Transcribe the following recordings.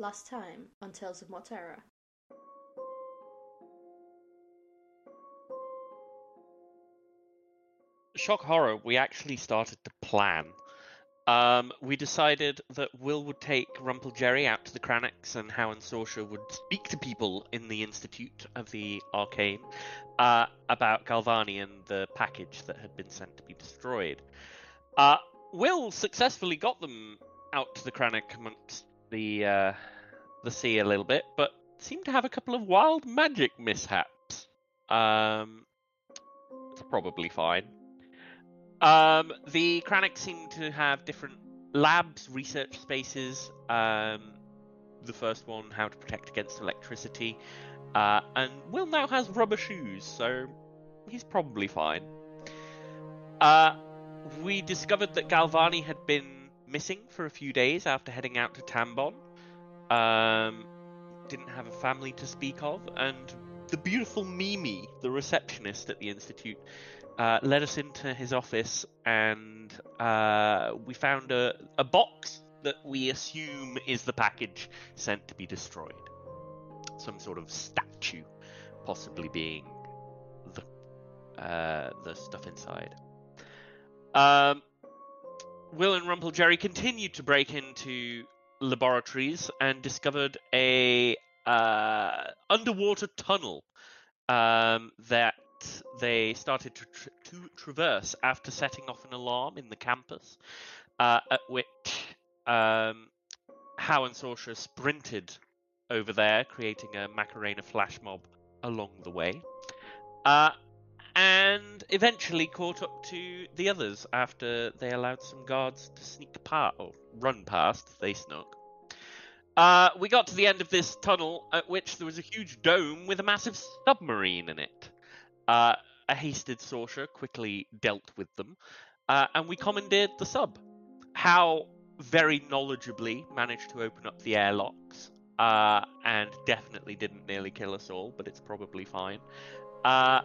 Last time on Tales of Morterra. shock horror, we actually started to plan. Um, we decided that Will would take Rumple Jerry out to the Cranachs and How and Sorsha would speak to people in the Institute of the Arcane uh, about Galvani and the package that had been sent to be destroyed. Uh, Will successfully got them out to the Cranach amongst the uh, the sea a little bit, but seemed to have a couple of wild magic mishaps. Um, it's probably fine. Um, the Kranich seem to have different labs, research spaces. Um, the first one, how to protect against electricity, uh, and Will now has rubber shoes, so he's probably fine. Uh, we discovered that Galvani had been missing for a few days after heading out to Tambon. Um, didn't have a family to speak of, and the beautiful Mimi, the receptionist at the institute, uh, led us into his office, and uh, we found a, a box that we assume is the package sent to be destroyed. Some sort of statue, possibly being the uh, the stuff inside. Um, Will and Rumple Jerry continued to break into laboratories and discovered a uh, underwater tunnel um, that they started to, tr to traverse after setting off an alarm in the campus, uh, at which um, How and Sorsha sprinted over there, creating a Macarena flash mob along the way, uh, and eventually caught up to the others after they allowed some guards to sneak past or run past. They snuck. Uh, we got to the end of this tunnel, at which there was a huge dome with a massive submarine in it. Uh, a hasted sorcerer quickly dealt with them, uh, and we commandeered the sub. How very knowledgeably managed to open up the airlocks, uh, and definitely didn't nearly kill us all, but it's probably fine. Uh,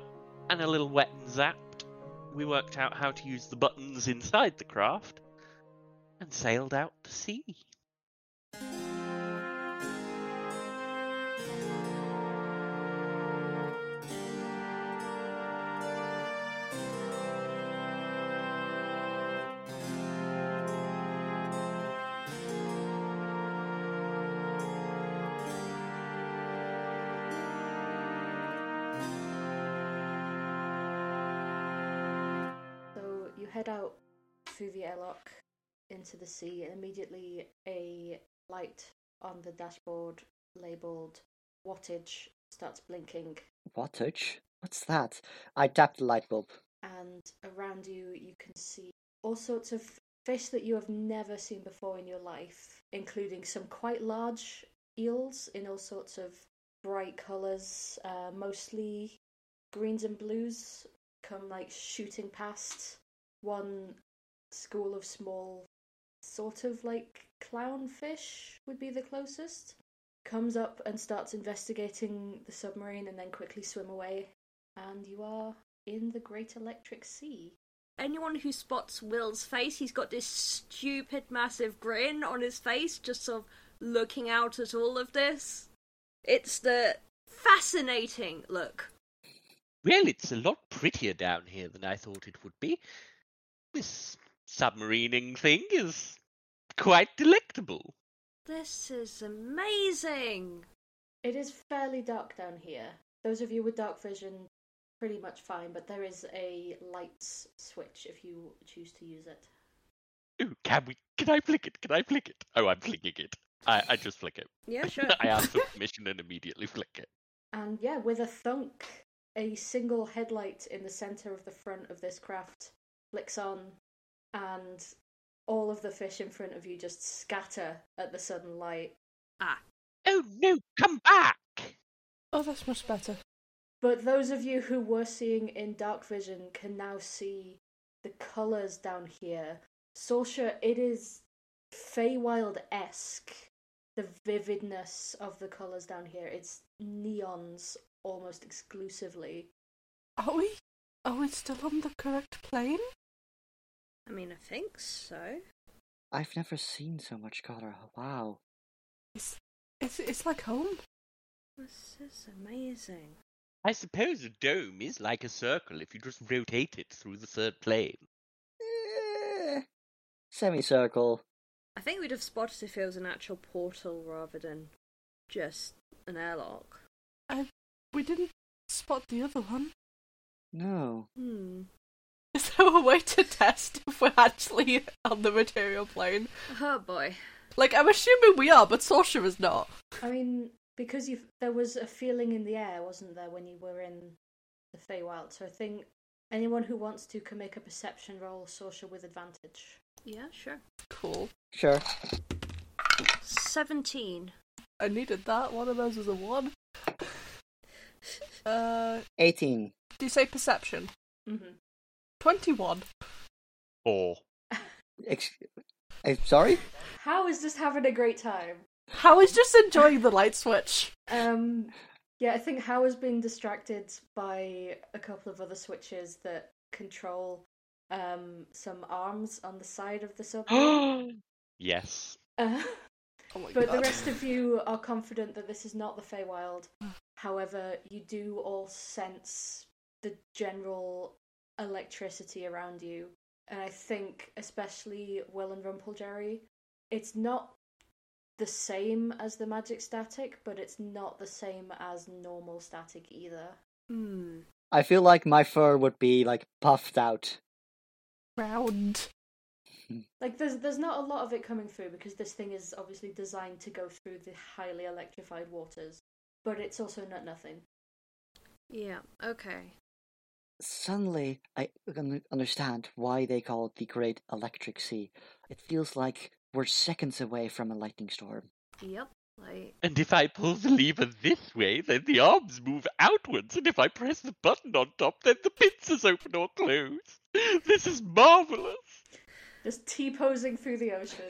and a little wet and zapped, we worked out how to use the buttons inside the craft, and sailed out to sea. So you head out through the airlock into the sea, and immediately a light on the dashboard labeled wattage starts blinking, Wattage? What's that? I tapped the light bulb. and around you, you can see all sorts of fish that you have never seen before in your life, including some quite large eels in all sorts of bright colours, uh, mostly greens and blues, come like shooting past one school of small, sort of like clownfish would be the closest. Comes up and starts investigating the submarine and then quickly swim away. And you are in the Great Electric Sea. Anyone who spots Will's face, he's got this stupid massive grin on his face, just sort of looking out at all of this. It's the fascinating look. Well, it's a lot prettier down here than I thought it would be. This submarining thing is quite delectable. This is amazing. It is fairly dark down here. Those of you with dark vision, pretty much fine, but there is a lights switch if you choose to use it. Ooh, can we? Can I flick it? Can I flick it? Oh, I'm flicking it. I, I just flick it. Yeah, sure. I ask for permission and immediately flick it. And yeah, with a thunk, a single headlight in the center of the front of this craft flicks on, and all of the fish in front of you just scatter at the sudden light. Ah, Oh no! Come back! Oh, that's much better. But those of you who were seeing in dark vision can now see the colors down here. Sorsha, it is Feywild esque. The vividness of the colors down here. It's neons almost exclusively. Are we? Are we still on the correct plane? I mean, I think so. I've never seen so much color. Wow. Is It's it's like home. This is amazing. I suppose a dome is like a circle if you just rotate it through the third plane. Eh, semicircle. I think we'd have spotted if it was an actual portal rather than just an airlock. We didn't spot the other one. No. Hmm. Is there a way to test if we're actually on the material plane? Oh boy. Like I'm assuming we are, but Sorsha is not. I mean, because you there was a feeling in the air, wasn't there, when you were in the Feywild? So I think anyone who wants to can make a perception roll, social with advantage. Yeah, sure. Cool. Sure. 17. I needed that. One of those was a one. Uh, 18. do you say perception? Mm-hmm. Twenty-one. Or Ex- eh, sorry? How is just having a great time? How is just enjoying the light switch? Um, yeah, I think How is being distracted by a couple of other switches that control um some arms on the side of the subway. yes. Uh, Oh my But god. the rest of you are confident that this is not the Feywild. However, you do all sense the general electricity around you. And I think, especially Will and Rumpeljerry, it's not the same as the magic static, but it's not the same as normal static either. Hmm. I feel like my fur would be, like, puffed out. round. Like there's there's not a lot of it coming through because this thing is obviously designed to go through the highly electrified waters, but it's also not nothing. Yeah, okay. Suddenly, I un- understand why they call it the Great Electric Sea. It feels like we're seconds away from a lightning storm. Yep. Like, And if I pull the lever this way, then the arms move outwards, and if I press the button on top, then the pincers open or close. This is marvelous. Just T posing through the ocean.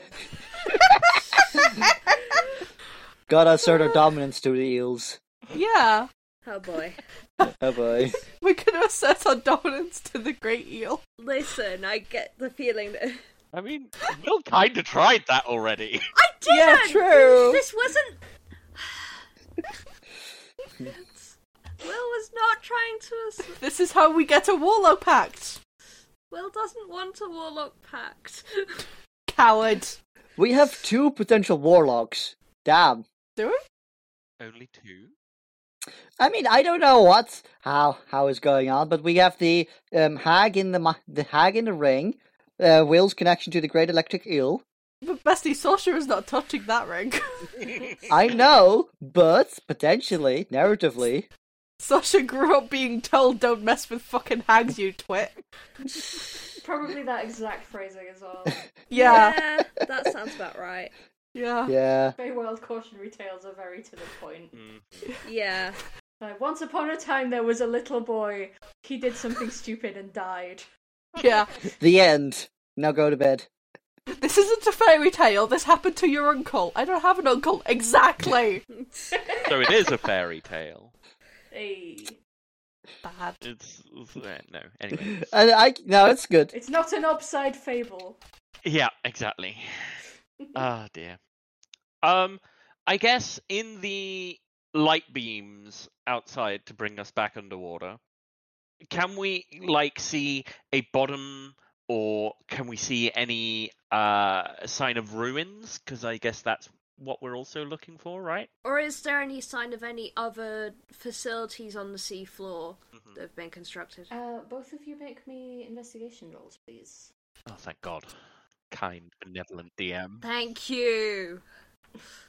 Gotta assert our dominance to the eels. Yeah, oh boy. Oh boy. we're gonna assess our dominance to the great eel. Listen, I get the feeling that. I mean, Will kinda tried that already. I didn't! Yeah, true. This wasn't. Will was not trying to. Ass- This is how we get a warlock pact. Will doesn't want a warlock pact. Coward. We have two potential warlocks. Damn. Do it. Only two? I mean, I don't know what's how how is going on, but we have the um, hag in the ma- the hag in the ring, uh, Will's connection to the Great Electric Eel. But bestie, Sorcerer is not touching that ring. I know, but potentially, narratively, Sasha grew up being told, "Don't mess with fucking hags, you twit." Probably that exact phrasing as well. Yeah, that sounds about right. yeah. yeah. Feywild cautionary tales are very to the point. Mm. Yeah. Like, once upon a time, there was a little boy. He did something stupid and died. yeah. The end. Now go to bed. This isn't a fairy tale. This happened to your uncle. I don't have an uncle. Exactly. So it is a fairy tale. Hey, Bad. It's, it's- eh, no. Anyway. And I no, it's good. it's not an upside fable. Yeah, exactly. oh dear. Um, I guess in the light beams outside to bring us back underwater, can we like see a bottom, or can we see any uh sign of ruins? Because I guess that's what we're also looking for, right? Or is there any sign of any other facilities on the seafloor that have been constructed? Uh, both of you make me investigation rolls, please. Oh, thank God. Kind, benevolent DM. Thank you.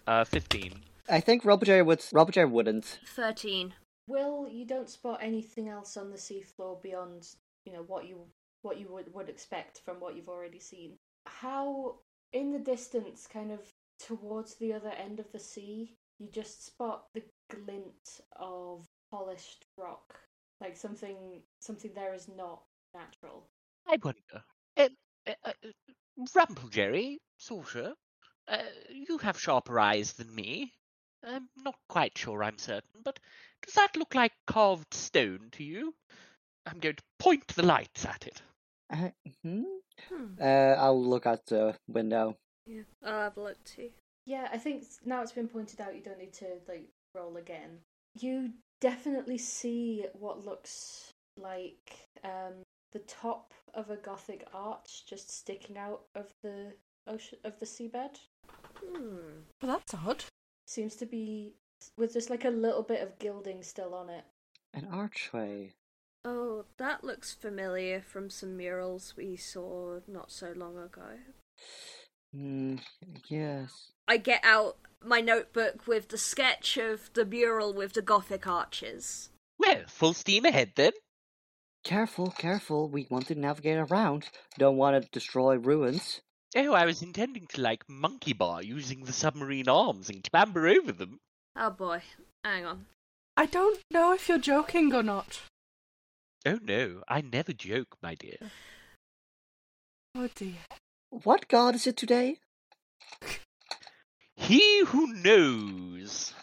Uh, fifteen. I think Robert Jerry would Robert Jerry wouldn't. 13. Will, you don't spot anything else on the seafloor beyond, you know, what you what you would, would expect from what you've already seen. How in the distance, kind of towards the other end of the sea, you just spot the glint of polished rock. Like something something there is not natural. I wonder. Um, uh, uh, Rumple Jerry, Sorcerer, uh, you have sharper eyes than me. I'm not quite sure I'm certain, but does that look like carved stone to you? I'm going to point the lights at it. Uh, hmm? Hmm. uh, I'll look out the window. Yeah. I'll have a look too. Yeah, I think now it's been pointed out, you don't need to like roll again. You definitely see what looks like um, the top of a Gothic arch just sticking out of the ocean of the seabed. Hmm. Well, that's odd. Seems to be with just like a little bit of gilding still on it. An archway. Oh, that looks familiar from some murals we saw not so long ago. Hmm. yes. I get out my notebook with the sketch of the mural with the Gothic arches. Well, full steam ahead then. Careful, careful. We want to navigate around. Don't want to destroy ruins. Oh, I was intending to like monkey bar using the submarine arms and clamber over them. Oh boy, hang on. I don't know if you're joking or not. Oh no, I never joke, my dear. Oh dear. What god is it today? He who knows.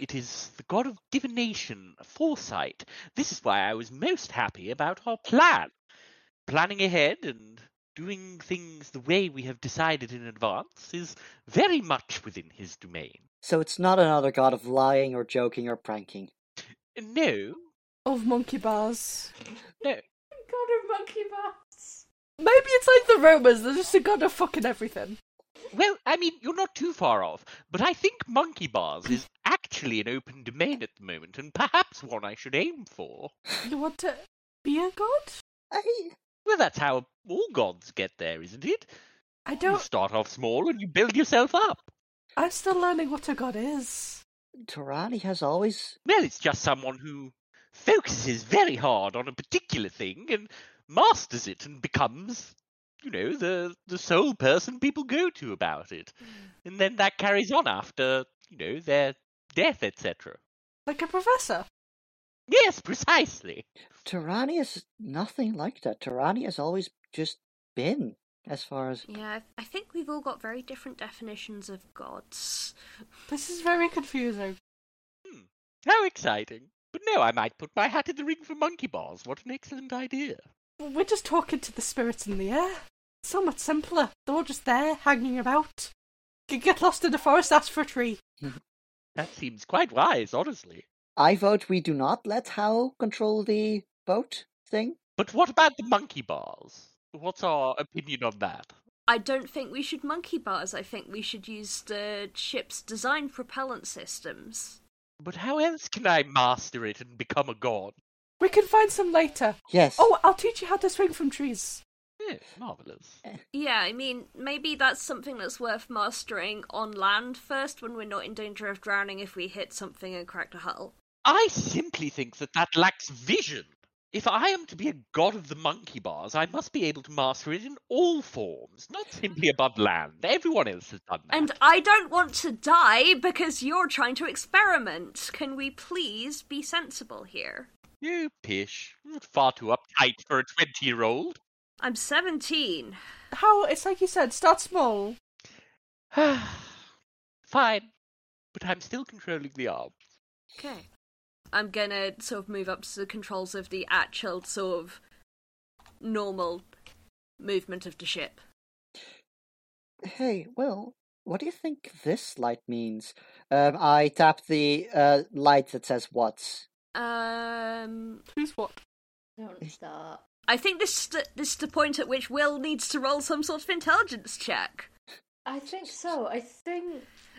It is the god of divination, foresight. This is why I was most happy about our plan. Planning ahead and doing things the way we have decided in advance is very much within his domain. So it's not another god of lying or joking or pranking. No, Of monkey bars. no. God of monkey bars. Maybe it's like the Romans, they're just a god of fucking everything. Well, I mean, you're not too far off, but I think monkey bars is actually an open domain at the moment, and perhaps one I should aim for. You want to be a god? I... Well, that's how all gods get there, isn't it? I You don't. start off small and you build yourself up. I'm still learning what a god is. Tarani has always. Well, it's just someone who focuses very hard on a particular thing and masters it and becomes, you know, the the sole person people go to about it, and then that carries on after, you know, their death, etc. Like a professor. Yes, precisely. Tarani is nothing like that. Tarani has always just been, as far as. Yeah, I I think we've all got very different definitions of gods. This is very confusing. Hmm. How exciting. But no, I might put my hat in the ring for monkey bars. What an excellent idea. We're just talking to the spirits in the air. It's so much simpler. They're all just there, hanging about. Could get lost in the forest, ask for a tree. That seems quite wise, honestly. I vote we do not let Hal control the boat thing. But what about the monkey bars? What's our opinion on that? I don't think we should monkey bars. I think we should use the ship's design propellant systems. But how else can I master it and become a god? We can find some later. Yes. Oh, I'll teach you how to swing from trees. Yes, marvelous. Yeah, I mean, maybe that's something that's worth mastering on land first when we're not in danger of drowning if we hit something and crack the hull. I simply think that that lacks vision. If I am to be a god of the monkey bars, I must be able to master it in all forms, not simply above land. Everyone else has done that. And I don't want to die because you're trying to experiment. Can we please be sensible here? You pish. You're far too uptight for a 20 year old. I'm 17. How? It's like you said, start small. Fine. But I'm still controlling the arm. Okay. I'm gonna sort of move up to the controls of the actual sort of normal movement of the ship. Hey, Will, what do you think this light means? Um, I tap the uh, light that says what's. Um, Who's what? Don't start. I think this is the, this is the point at which Will needs to roll some sort of intelligence check. I think so. I think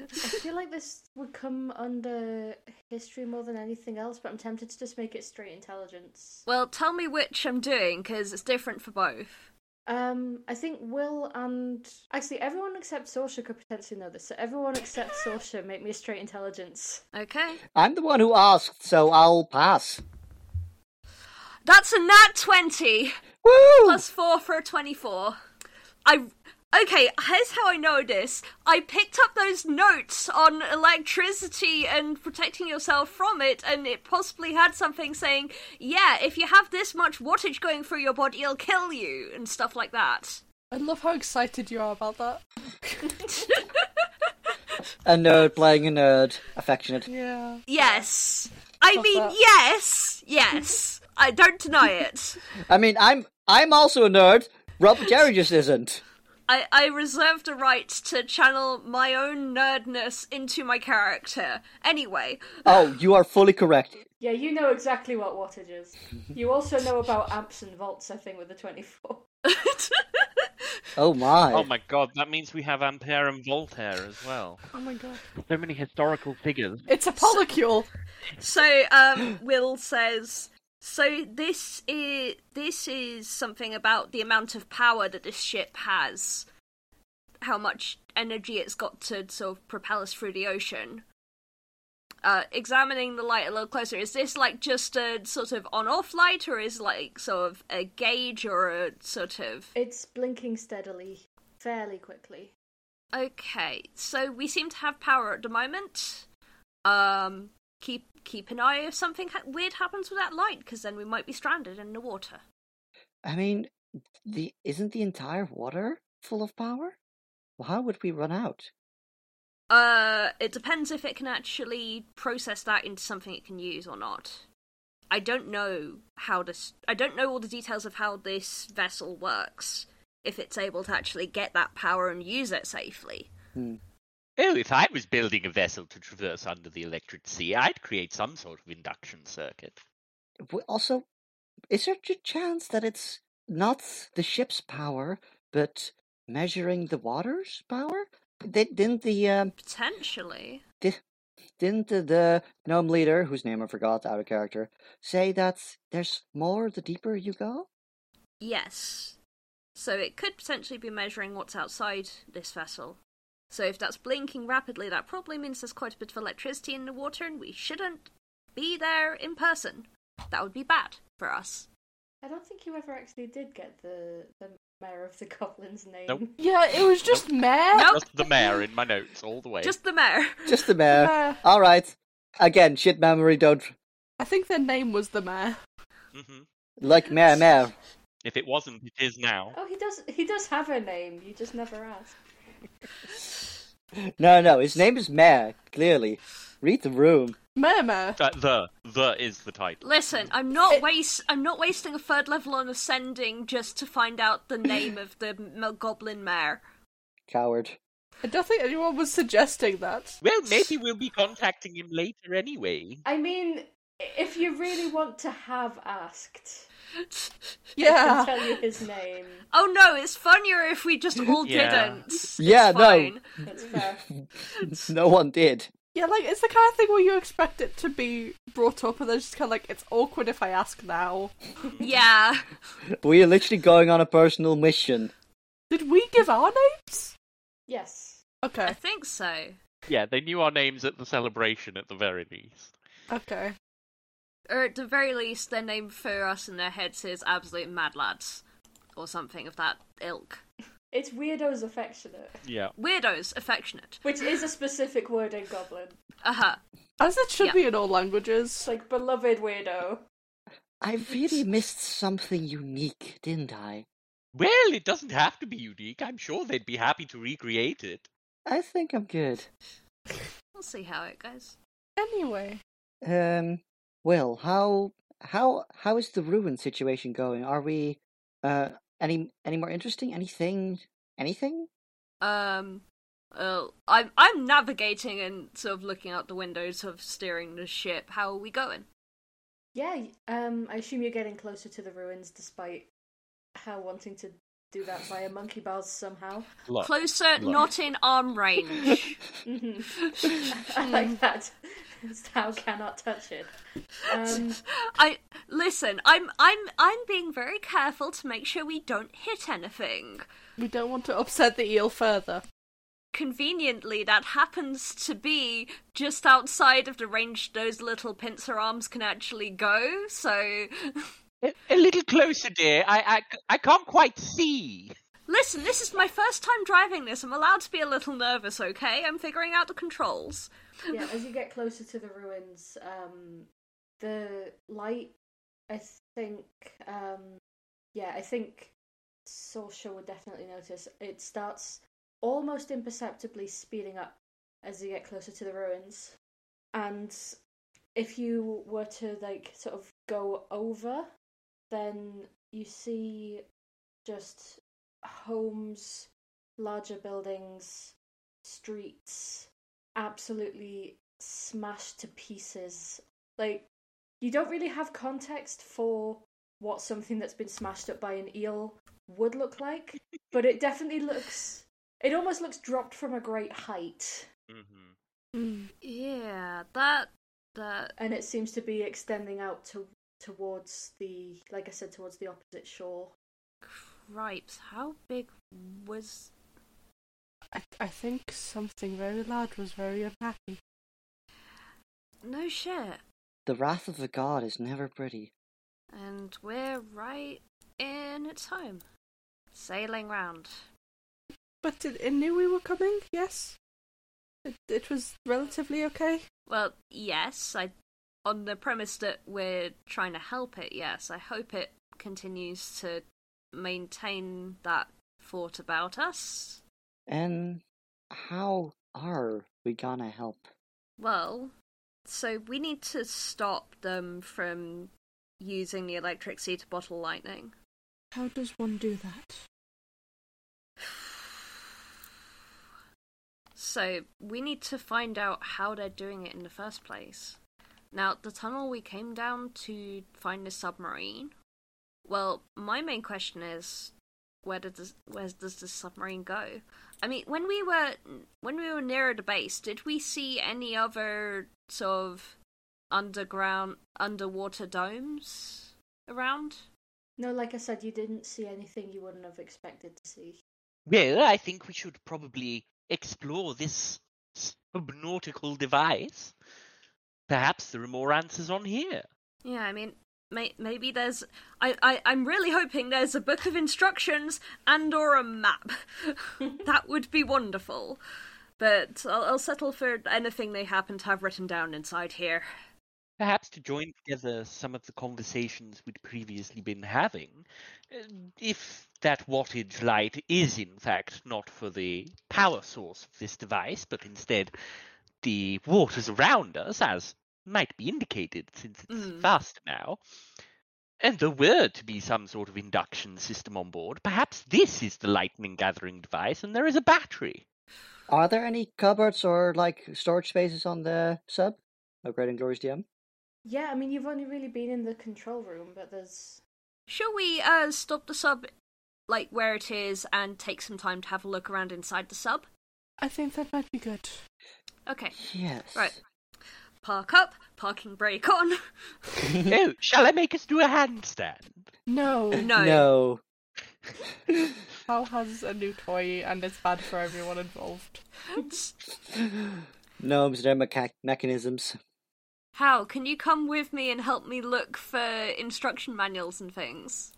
I feel like this would come under history more than anything else, but I'm tempted to just make it straight intelligence. Well, tell me which I'm doing because it's different for both. Um, I think Will and actually everyone except Sorsha could potentially know this. So everyone except Sorsha, make me a straight intelligence. Okay, I'm the one who asked, so I'll pass. that's a nat twenty. Woo! plus four for a 24. I. Okay, here's how I know this. I picked up those notes on electricity and protecting yourself from it, and it possibly had something saying, yeah, if you have this much wattage going through your body, it'll kill you, and stuff like that. I love how excited you are about that. A nerd playing a nerd. Affectionate. Yeah. Yes. I Love mean, that. yes! Yes! I don't deny it. I mean, I'm I'm also a nerd. Robert Jerry just isn't. I, I reserve the right to channel my own nerdness into my character. Anyway, Oh, you are fully correct. Yeah, you know exactly what wattage is. You also know about amps and volts, I think, with the 24. Oh my. Oh my god, that means we have Ampere and Voltaire as well. Oh my god. So many historical figures. It's a polycule. so um, Will says. So this is this is something about the amount of power that this ship has, how much energy it's got to sort of propel us through the ocean. Uh, examining the light a little closer, is this like just a sort of on-off light, or is like sort of a gauge or a sort of It's blinking steadily, fairly quickly. Okay, so we seem to have power at the moment. Um, keep keep an eye if something ha- weird happens with that light, because then we might be stranded in the water. I mean, the isn't the entire water full of power? Well, how would we run out? Uh, it depends if it can actually process that into something it can use or not. I don't know how this. I don't know all the details of how this vessel works. If it's able to actually get that power and use it safely. Hmm. Oh, if I was building a vessel to traverse under the electric sea, I'd create some sort of induction circuit. W- Also, is there a chance that it's not the ship's power, but measuring the water's power? They, didn't the um, Potentially. didn't the, the gnome leader, whose name I forgot, out of character, say that there's more the deeper you go? Yes. So it could potentially be measuring what's outside this vessel. So if that's blinking rapidly, that probably means there's quite a bit of electricity in the water and we shouldn't be there in person. That would be bad for us. I don't think you ever actually did get the, the mayor of the goblins' name. Nope. Yeah, it was just meh. Nope. Just the mayor in my notes all the way. Just the mayor. Just the mayor. Meh. All right. Again, shit memory. Don't I think their name was the mayor. Mhm. like mayor, mayor. If it wasn't, it is now. Oh, he does. He does have a name. You just never ask. No, no. His name is mayor. Clearly, read the room. Meh meh. Uh, the the is the title. Listen, I'm not waste. I'm not wasting a third level on ascending just to find out the name of the m- goblin mayor. Coward. I don't think anyone was suggesting that. Well, maybe we'll be contacting him later anyway. I mean, if you really want to have asked, I can Yeah. tell you his name. Oh no, it's funnier if we just all Yeah. didn't. It's Yeah, no. fine. It's fair. No one did. Yeah, like, it's the kind of thing where you expect it to be brought up and then it's just kind of like, it's awkward if I ask now. Yeah. We are literally going on a personal mission. Did we give our names? Yes. I Okay, think so. Yeah, they knew our names at the celebration at the very least. okay. or at the very least, their name for us in their heads is absolute mad lads, or something of that ilk. It's weirdos affectionate, Yeah. Weirdos, affectionate. which is a specific word in goblin. Uh huh. As it should Yeah. be in all It's languages. like beloved weirdo. I really missed something unique, didn't I? Well, it doesn't have to be unique. I'm sure they'd be happy to recreate it. I think I'm good. We'll see how it goes. Anyway. Um, Will, how how how is the ruin situation going? Are we uh any any more interesting? Anything? Anything? Um, well, I'm I'm navigating and sort of looking out the windows of steering the ship. How are we going? Yeah. y- Um. I assume you're getting closer to the ruins, despite how wanting to do that via monkey bars somehow. Look, Closer, look. not in arm range. hmm I like that. Thou cannot touch it. Um, I listen. I'm I'm I'm being very careful to make sure we don't hit anything. We don't want to upset the eel further. conveniently that happens to be just outside of the range those little pincer arms can actually go so A, a little closer, dear. I, I, I can't quite see. listen this is my first time driving this i'm allowed to be a little nervous okay i'm figuring out the controls yeah, as you get closer to the ruins, um, the light, I think, um, yeah, I think Sorsha would definitely notice. It starts almost imperceptibly speeding up as you get closer to the ruins. And if you were to, like, sort of go over, then you see just homes larger buildings, streets, absolutely smashed to pieces. Like, you don't really have context for what something that's been smashed up by an eel would look like, but it definitely looks. It almost looks dropped from a great height, hmm Mm. Yeah, that that and it seems to be extending out to towards the, like I said, towards the opposite shore. cripes. How big was? I, I think something very large was very unhappy. No shit. The wrath of the god is never pretty. And we're right in its home, sailing round. But it, it knew we were coming, yes? It, it was relatively okay. Well, yes, I on the premise that we're trying to help it. Yes, I hope it continues to maintain that thought about us. And how are we gonna help? Well, so we need to stop them from using the electricity to bottle lightning. How does one do that? So we need to find out how they're doing it in the first place. Now, the tunnel we came down to find the submarine. Well, my main question is, where did this, where does the submarine go? I mean, when we were when we were nearer the base, did we see any other sort of underground underwater domes around? No, like I said, you didn't see anything you wouldn't have expected to see. Well, I think we should probably explore this subnautical device. Perhaps there are more answers on here. Yeah, I mean, may- maybe there's. I, I I'm really hoping there's a book of instructions and or a map. that would be wonderful. But I'll, I'll settle for anything they happen to have written down inside here. Perhaps to join together some of the conversations we'd previously been having, uh, if that wattage light is in fact not for the power source of this device, but instead the waters around us, as might be indicated since it's Mm. fast now, and there were to be some sort of induction system on board, perhaps this is the lightning gathering device and there is a battery. Are there any cupboards or like storage spaces on the sub? Oh, great and glorious DM. Yeah, I mean, you've only really been in the control room, but there's. Shall we uh stop the sub, like where it is, and take some time to have a look around inside the sub? I think that might be good. Okay. Yes. Right. Park up. Parking brake on. oh, shall I make us do a handstand? No. No. No. How has a new toy and it's bad for everyone involved? Gnomes, their mecha- mechanisms. How can you come with me and help me look for instruction manuals and things?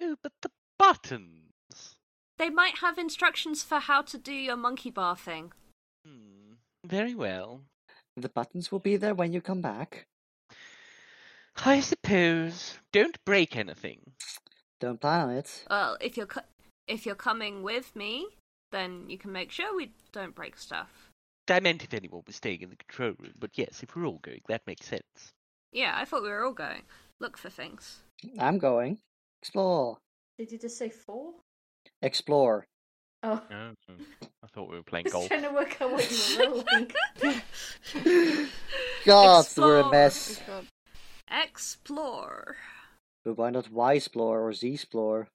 Oh, but the buttons. They might have instructions for how to do your monkey bar thing. Hmm, very well. The buttons will be there when you come back. I suppose. Don't break anything. Don't plan on it. Well, if you're co- if you're coming with me, then you can make sure we don't break stuff. I meant if anyone was staying in the control room, but yes, if we're all going, that makes sense. Yeah, I thought we were all going look for things. I'm going. Explore. Did you just say four? Explore. Oh, Oh, I thought we were playing I was trying to work out what you were rolling. God, we're a Explore. mess. Explore. But why not Y-splore or Z-splore?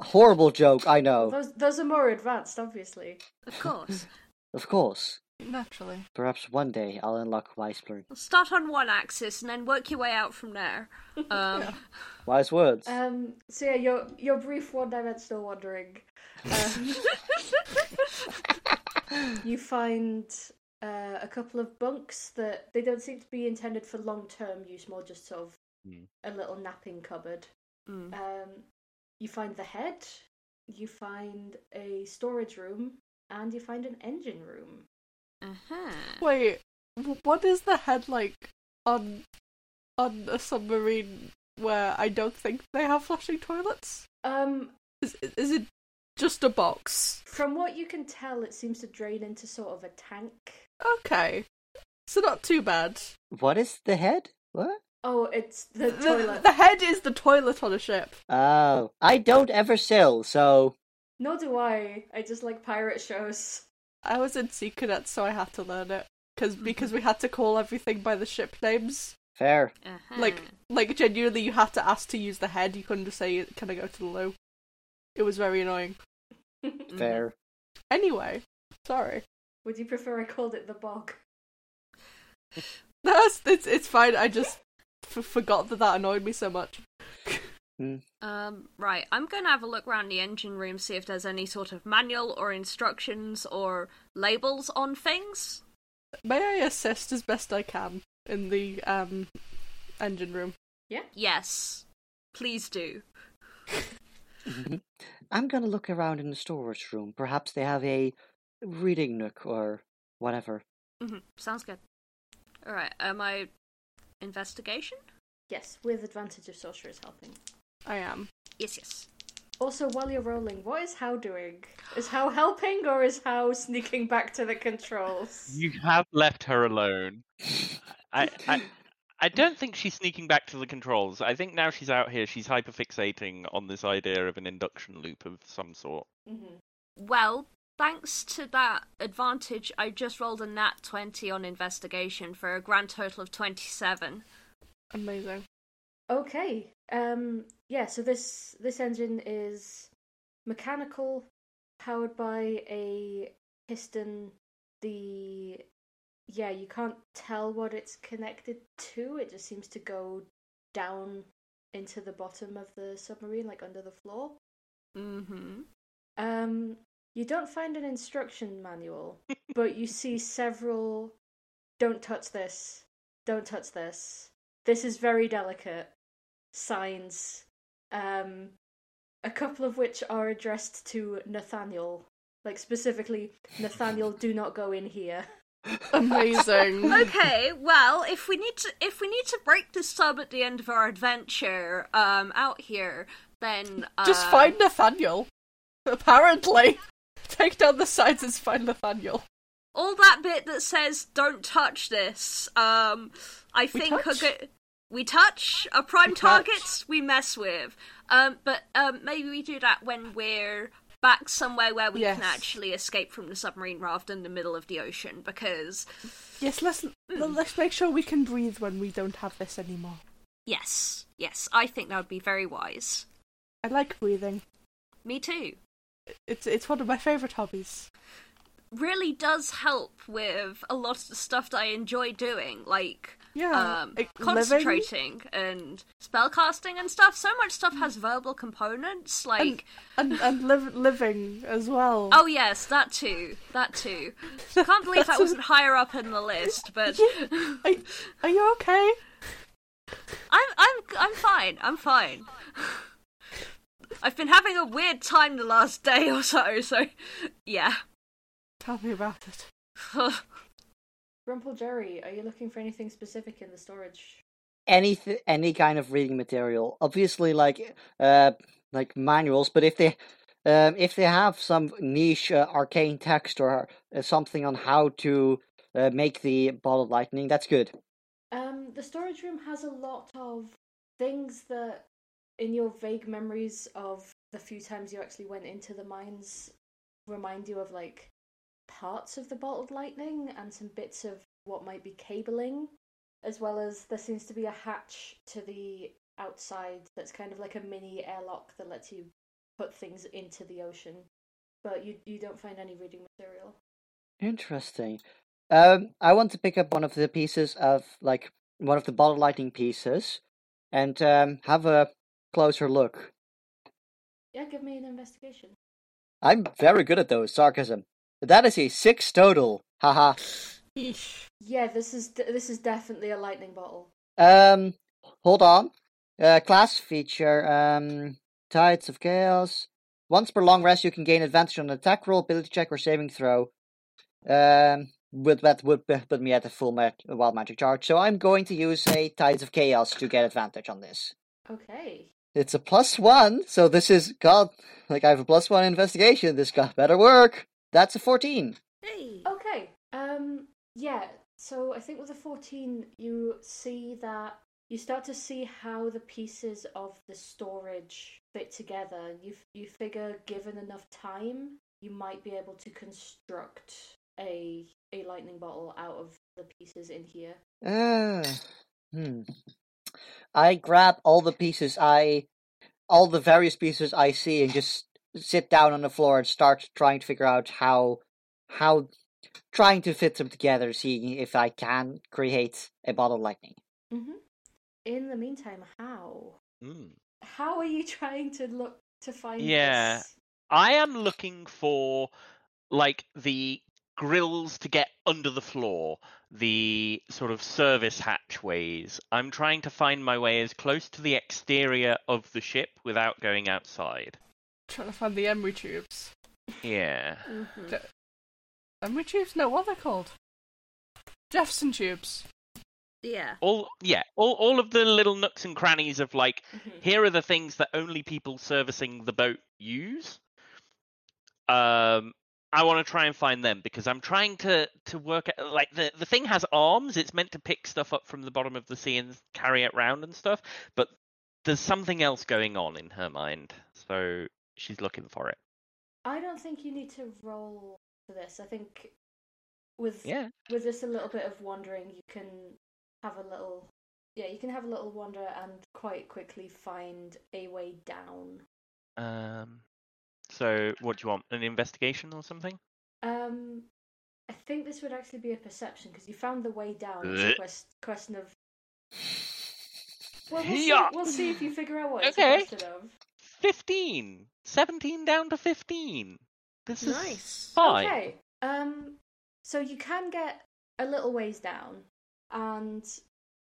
Horrible joke, I know. those, those are more advanced, obviously. Of course. Of course. Naturally. Perhaps one day I'll unlock Y-splore. Start on one axis and then work your way out from there. Um, Wise words. Um, so yeah, your your brief one-dimensional wandering. Um, you find uh, a couple of bunks that they don't seem to be intended for long-term use, more just sort of Hmm. a little napping cupboard. mm. Um, you find the head, you find a storage room, and you find an engine room. uh-huh. Wait, wh- what is the head like on on a submarine where I don't think they have flashing toilets? Um, Is is it just a box? from what you can tell, it seems to drain into sort of a tank. Okay, so not too bad. What is the head? What? Oh, it's the The, toilet. the head is the toilet on a ship. Oh, I don't ever sail, so Nor do I. I just like pirate shows. I was in Sea Cadets, so I had to learn it. Cause, Because we had to call everything by the ship names. Fair. Uh-huh. Like, like genuinely, you had to ask to use the head. You couldn't just say, "Can I go to the loo?" It was very annoying. Fair. Anyway, sorry. Would you prefer I called it the bog? That's it's it's fine. I just f- forgot that that annoyed me so much. mm. Um, right, I'm going to have a look around the engine room, see if there's any sort of manual or instructions or labels on things. May I assist as best I can in the um engine room? Yes, please do. I'm gonna look around in the storage room. Perhaps they have a reading nook or whatever. hmm Sounds good. All right, am I investigation? Yes, with advantage of sorcerer is helping. I am. Yes, yes. Also, while you're rolling, what is How doing? Is How helping or is How sneaking back to the controls? You have left her alone. I, I, I don't think she's sneaking back to the controls. I think now she's out here, she's hyperfixating on this idea of an induction loop of some sort. Mhm. Well, thanks to that advantage, I just rolled a nat 20 on investigation for a grand total of 27. Amazing. Okay. Um. Yeah. So this this engine is mechanical, powered by a piston. The yeah, you can't tell what it's connected to. It just seems to go down into the bottom of the submarine, like under the floor. Mm hmm. Um, you don't find an instruction manual, but you see several. Don't touch this. Don't touch this. This is very delicate. Signs. Um, a couple of which are addressed to Nathaniel. Like specifically, Nathaniel, do not go in here. Amazing. okay, well, if we need to if we need to break this sub at the end of our adventure um out here, then uh, Just find Nathaniel. Apparently, take down the signs and find Nathaniel. all that bit that says "Don't touch this." Um, I We think are touch? go- we touch our prime We touch. targets we mess with. Um, but um, maybe we do that when we're back somewhere where we can Yes. actually escape from the submarine rather than the middle of the ocean because Yes, let's let's make sure we can breathe when we don't have this anymore. yes, yes, I think that would be very wise. I like breathing. Me too. It's it's one of my favorite hobbies. really does help with a lot of the stuff that I enjoy doing, like Yeah, um, like concentrating and spellcasting and stuff. So much stuff has verbal components, like and and liv- living as well. oh yes, that too, that too. Can't believe that That's- wasn't higher up in the list, but Yeah. Are, are you okay? I'm I'm I'm fine. I'm fine. I've been having a weird time the last day or so, so yeah. Tell me about it. Rumple Jerry, are you looking for anything specific in the storage? Any any kind of reading material. Obviously, like uh, like manuals. But if they um, if they have some niche uh, arcane text or uh, something on how to uh, make the ball of lightning, that's good. Um, the storage room has a lot of things that, in your vague memories of the few times you actually went into the mines, remind you of like parts of the bottled lightning and some bits of what might be cabling, as well as there seems to be a hatch to the outside that's kind of like a mini airlock that lets you put things into the ocean. But you you don't find any reading material. Interesting. Um, I want to pick up one of the pieces of like one of the bottle lightning pieces, and um, have a closer look. Yeah, give me an investigation. I'm very good at those sarcasm. That is a six total. Haha. Yeah, this is this is definitely a lightning bottle. Um, hold on. Uh, class feature. Um, tides of chaos. Once per long rest, you can gain advantage on an attack roll, ability check, or saving throw. Um, but that would p- put me at a full ma- wild magic charge. So I'm going to use a tides of chaos to get advantage on this. Okay. It's a plus one, so this is god. Like I have a plus one investigation. This got better work. That's a fourteen. hey. Okay. Um. Yeah. So I think with the fourteen, you see that you start to see how the pieces of the storage fit together. You f- you figure, given enough time, you might be able to construct a a lightning bottle out of the pieces in here. Uh, hmm. I grab all the pieces I, all the various pieces I see, and just sit down on the floor and start trying to figure out how, how, trying to fit them together, seeing if I can create a bottle lightning. Mm-hmm. In the meantime, how Mm. how are you trying to look to find? Yeah. this? I am looking for like the grills to get under the floor, the sort of service hatchways. I'm trying to find my way as close to the exterior of the ship without going outside. Trying to find the emery tubes. Yeah. Mm-hmm. Mhm. Emery tubes? No, what are they called? Jefferson tubes. Yeah. All yeah, all all of the little nooks and crannies of like Mhm. here are the things that only people servicing the boat use. Um, I want to try and find them because I'm trying to to work out like the the thing has arms. It's meant to pick stuff up from the bottom of the sea and carry it round and stuff. But there's something else going on in her mind, so she's looking for it. I don't think you need to roll for this. I think with Yeah. with just a little bit of wandering, you can have a little yeah, you can have a little wander and quite quickly find a way down. Um. So what do you want? An investigation or something? Um, I think this would actually be a perception because you found the way down. It's a quest- question of well, we'll, see, Yeah. we'll see if you figure out what it's Okay. a question of. 15! 17 down to 15! This is Nice. Oh, fine. Okay. Um, so you can get a little ways down, and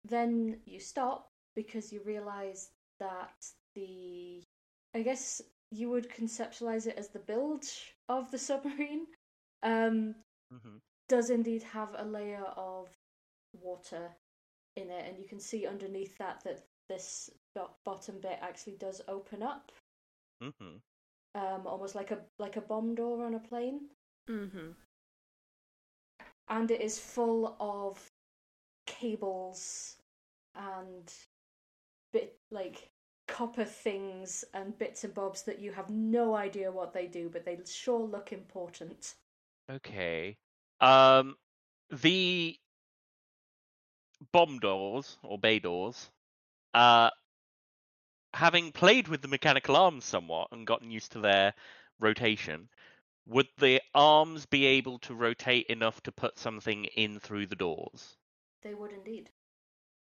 then you stop because you realize that the, I guess you would conceptualize it as the bilge of the submarine, um, Mhm. does indeed have a layer of water in it, and you can see underneath that that this bo- bottom bit actually does open up, Mhm. um, almost like a like a bomb door on a plane. Mm-hmm. and it is full of cables and bit like copper things and bits and bobs that you have no idea what they do, but they sure look important. Okay. Um, the bomb doors or bay doors. Uh, having played with the mechanical arms somewhat and gotten used to their rotation, would the arms be able to rotate enough to put something in through the doors? They would indeed.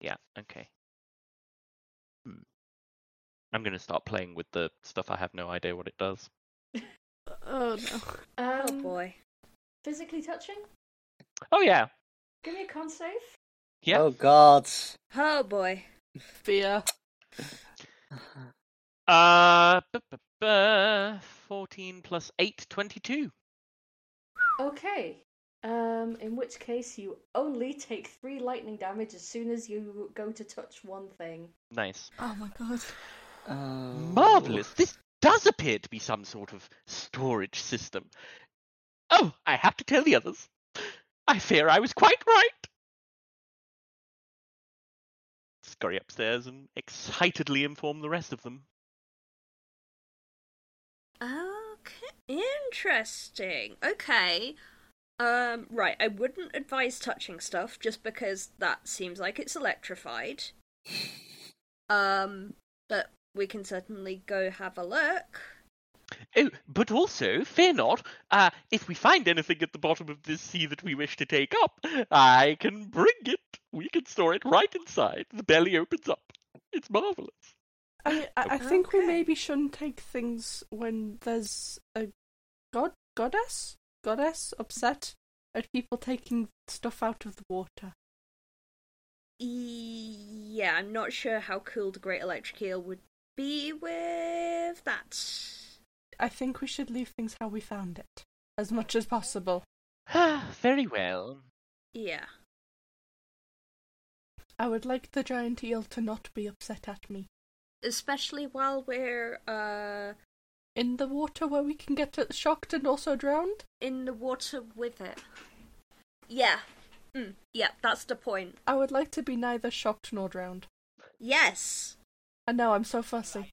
Yeah. Okay. Hmm. I'm gonna start playing with the stuff. I have no idea what it does. Oh no. Um, Oh boy. Physically touching? Oh yeah. Give me a con save. Yeah. Oh God. Oh boy. Fear. Uh, bu- bu- bu- 14 plus 8, 22. Okay. Um, in which case, you only take three lightning damage as soon as you go to touch one thing. Nice. Oh my god. Oh. Marvellous. This does appear to be some sort of storage system. Oh, I have to tell the others. I fear I was quite right. Scurry upstairs and excitedly inform the rest of them. Okay. Interesting. Okay. Um. Right. I wouldn't advise touching stuff just because that seems like it's electrified. Um. But we can certainly go have a look. Oh, but also, fear not, uh, if we find anything at the bottom of this sea that we wish to take up, I can bring it. We can store it right inside. The belly opens up. It's marvellous. I, mean, I, I think we Okay. maybe shouldn't take things when there's a god goddess goddess upset at people taking stuff out of the water. Yeah, I'm not sure how cool the Great Electric Eel would be with that. I think we should leave things how we found it as much as possible. Very well. Yeah. I would like the giant eel to not be upset at me Especially while we're uh in the water where we can get shocked and also drowned. in the water with it. Yeah. Mm, yeah, that's the point. I would like to be neither shocked nor drowned. Yes. I know, I'm so fussy.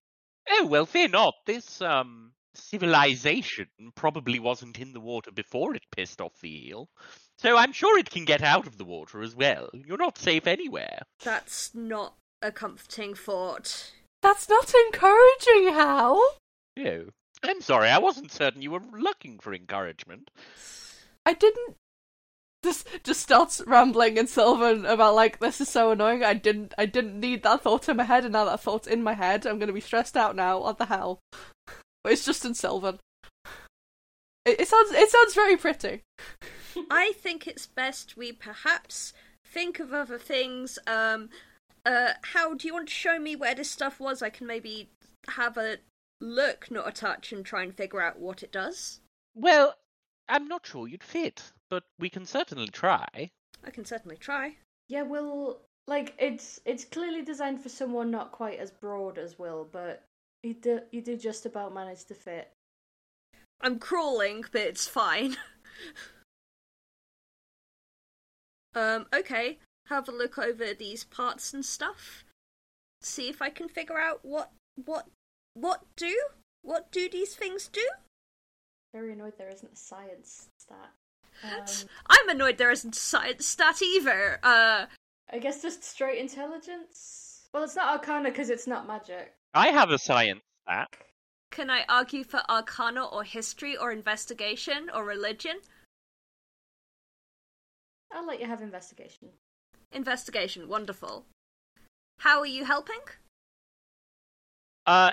Oh well, fear not. This um civilization probably wasn't in the water before it pissed off the eel, so I'm sure it can get out of the water as well. You're not safe anywhere. That's not a comforting thought. That's not encouraging, Hal. No. Oh, I'm sorry, I wasn't certain you were looking for encouragement. I didn't. Just just starts rambling and Sylvan about like this is so annoying. I didn't I didn't need that thought in my head, and now that thought's in my head, I'm gonna be stressed out now. What the hell? But it's just in Sylvan. It, it sounds it sounds very pretty. I think it's best we perhaps think of other things. Um, uh, how do you want to show me where this stuff was? I can maybe have a look, not a touch, and try and figure out what it does. Well, I'm not sure you'd fit, but we can certainly try. I can certainly try. Yeah, Will. Like it's it's clearly designed for someone not quite as broad as Will, but you do you do just about manage to fit. I'm crawling, but it's fine. um, okay. Have a look over these parts and stuff. See if I can figure out what what what do what do these things do? Very annoyed there isn't a science stat. Um, I'm annoyed there isn't science stat either. Uh, Um, I guess just straight intelligence. Well, it's not arcana because it's not magic. I have a science stat. can I argue for arcana or history or investigation or religion? I'll let you have investigation. Investigation, wonderful. How are you helping? Uh,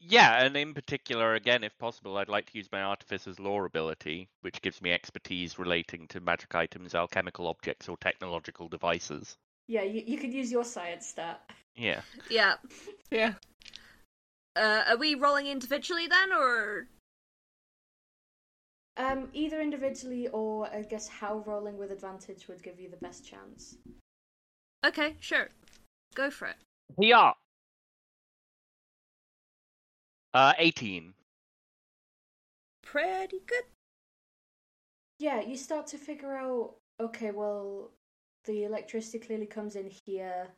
yeah, and in particular, again, if possible, I'd like to use my Artificer's Law ability, which gives me expertise relating to magic items, alchemical objects, or technological devices. Yeah, you, you could use your science stat. Yeah. Yeah. Yeah. Uh, are we rolling individually then, or Um, either individually or I guess how rolling with advantage would give you the best chance. okay, sure, go for it. Yeah. Uh, 18. Pretty good. Yeah, you start to figure out okay, well, the electricity clearly comes in here,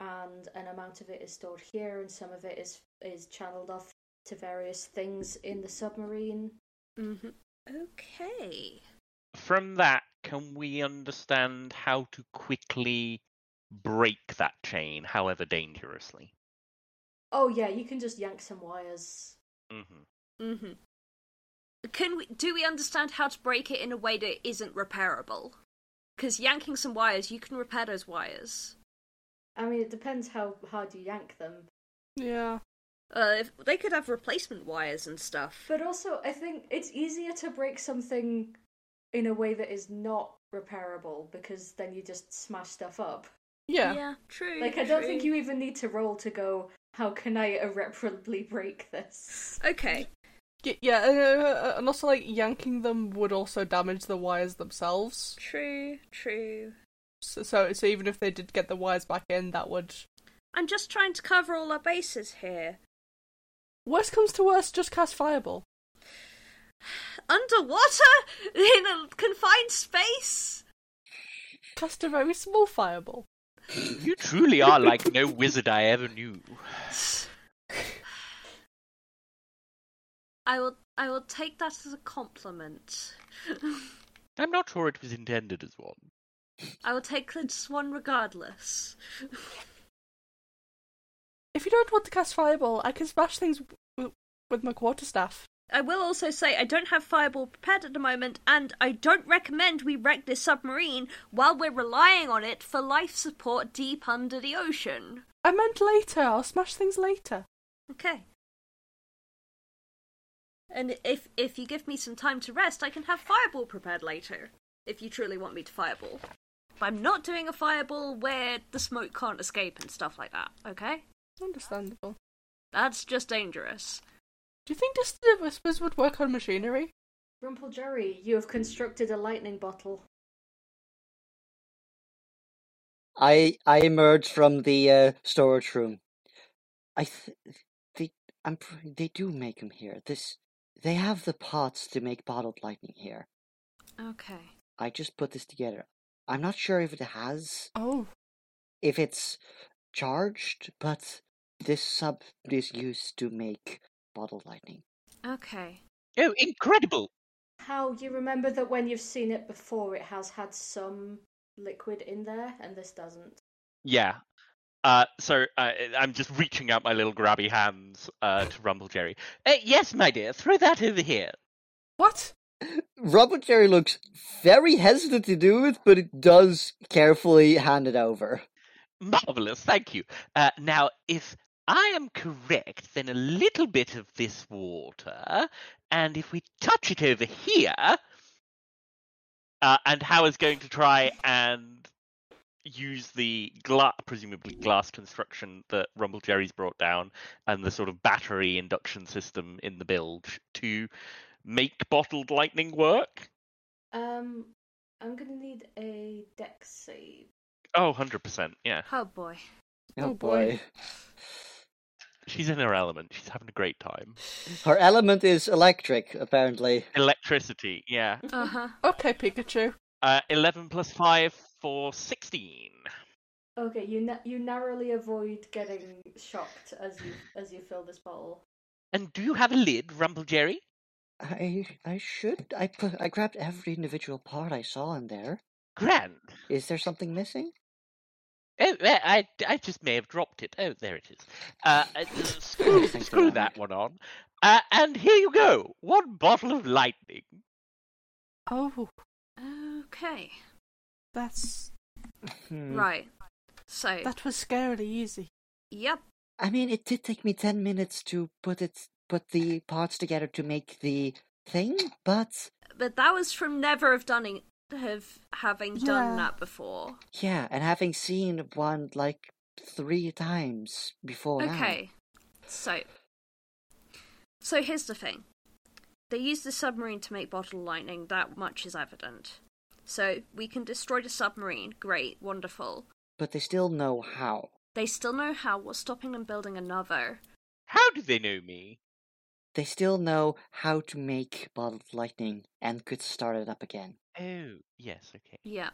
and an amount of it is stored here, and some of it is is channeled off to various things in the submarine. Mm-hmm. Okay. From that, can we understand how to quickly break that chain, however dangerously? Oh yeah, you can just yank some wires. Mm-hmm. Mm-hmm. Can we do we understand how to break it in a way that isn't repairable? Because yanking some wires, you can repair those wires. I mean, it depends how hard you yank them, Yeah. Uh, if they could have replacement wires and stuff. But also, I think it's easier to break something in a way that is not repairable because then you just smash stuff up. Yeah. true. Like, I don't think you even need to roll to go, how can I irreparably break this? Okay. Y- Yeah, uh, and also like yanking them would also damage the wires themselves. True. True. So, so, so even if they did get the wires back in, that would I'm just trying to cover all our bases here. worst comes to worst, just cast fireball. Underwater in a confined space. Cast a very small fireball. You truly are like no wizard I ever knew. I will. I will take that as a compliment. I'm not sure it was intended as one. I will take this one regardless. If you don't want to cast fireball, I can smash things w- with my quarterstaff. I will also say I don't have fireball prepared at the moment, and I don't recommend we wreck this submarine while we're relying on it for life support deep under the ocean. I meant later. I'll smash things later. Okay. And if if you give me some time to rest, I can have fireball prepared later. If you truly want me to fireball, but I'm not doing a fireball where the smoke can't escape and stuff like that. Okay, Understandable. that's just dangerous. Do you think distant whispers would work on machinery? Rumpeljerry, you have constructed a lightning bottle. I I emerge from the uh, storage room. I th- they I'm pr- they do make them here. This they have the parts to make bottled lightning here. Okay. I just put this together. I'm not sure if it has Oh, if it's charged, but this sub is used to make bottle lightning. Okay. Oh, incredible! How you remember that when you've seen it before, it has had some liquid in there, and this doesn't. Yeah. Uh, so uh, I'm just reaching out my little grabby hands uh, to Rumble Jerry. Uh, yes, my dear, throw that over here. What? Robert Jerry looks very hesitant to do it, but it does carefully hand it over. Marvelous, thank you. Uh, now, if I am correct, then a little bit of this water, and if we touch it over here, uh, and Howard's going to try and use the gla- presumably glass construction that Rumble Jerry's brought down and the sort of battery induction system in the bilge to make bottled lightning work. Um, I'm gonna need a dex save. Oh, 100%, yeah. Oh boy. Oh, boy. She's in her element. She's having a great time. Her element is electric, apparently. Electricity, yeah. Uh huh. Okay, Pikachu. Uh, 11 plus 5 for 16. Okay, you na- you narrowly avoid getting shocked as you as you fill this bottle. And do you have a lid, Rumble Jerry? I I should I put I grabbed every individual part I saw in there. Grand. Is there something missing? Oh, uh, I, I just may have dropped it. Oh, there it is. Uh, uh, screw Thank you, screw Alan. that one on. Uh, and here you go. One bottle of lightning. Oh, Okay. that's Hmm. Right. So. that was scarily easy. Yep. I mean, it did take me ten minutes to put it put the parts together to make the thing, but But that was from never have done have having Yeah. done that before. yeah, and having seen one like three times before now. okay. So. So here's the thing. They used the submarine to make bottle lightning. That much is evident. So we can destroy the submarine. Great, wonderful. but they still know how. They still know how. What's stopping them building another? How do they know me? They still know how to make bottled lightning and could start it up again. Oh, yes, okay. Yeah.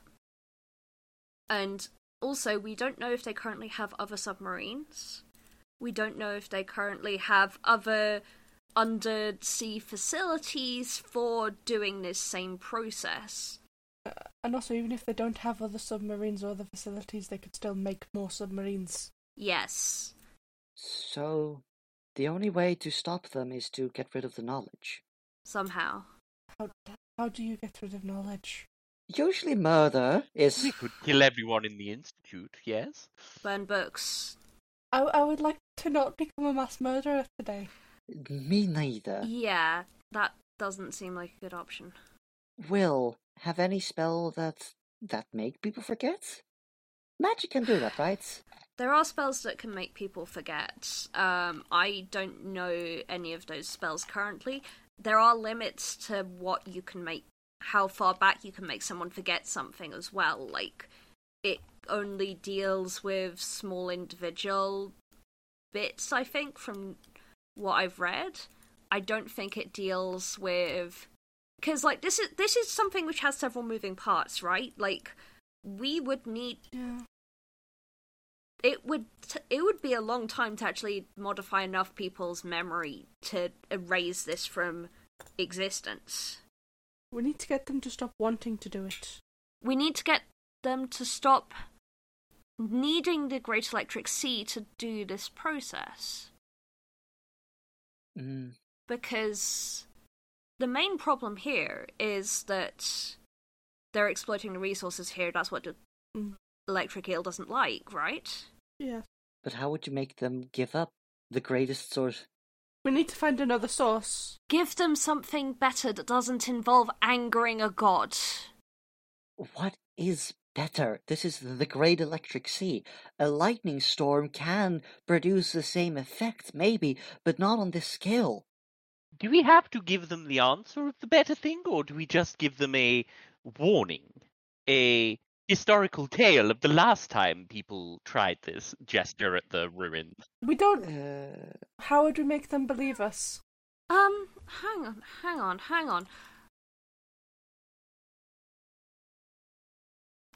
And also, we don't know if they currently have other submarines. We don't know if they currently have other undersea facilities for doing this same process. Uh, And also, even if they don't have other submarines or other facilities, they could still make more submarines. Yes. So, the only way to stop them is to get rid of the knowledge. Somehow. How how do you get rid of knowledge? Usually, murder We is. could kill everyone in the Institute, yes? Burn books. I I would like to not become a mass murderer today. Me neither. Yeah, that doesn't seem like a good option. Will, have any spell that. that make people forget? Magic can do that, right? There are spells that can make people forget. Um, I don't know any of those spells currently. There are limits to what you can make, how far back you can make someone forget something as well. Like, it only deals with small individual bits, I think, from what I've read. I don't think it deals with. Because, like, this is, this is something which has several moving parts, right? Like, we would need Yeah. it would t- it would be a long time to actually modify enough people's memory to erase this from existence. We need to get them to stop wanting to do it. We need to get them to stop needing the Great Electric Sea to do this process Mm, because the main problem here is that they're exploiting the resources here. That's what the Mm. Electric Eel doesn't like, right? Yeah. but how would you make them give up the greatest source? We need to find another source. Give them something better that doesn't involve angering a god. What is better? This is the Great Electric Sea. A lightning storm can produce the same effect, maybe, but not on this scale. Do we have to give them the answer of the better thing, or do we just give them a warning? A historical tale of the last time people tried this gesture at the ruin. We don't. Uh, How would we make them believe us? Um, hang on, hang on, hang on.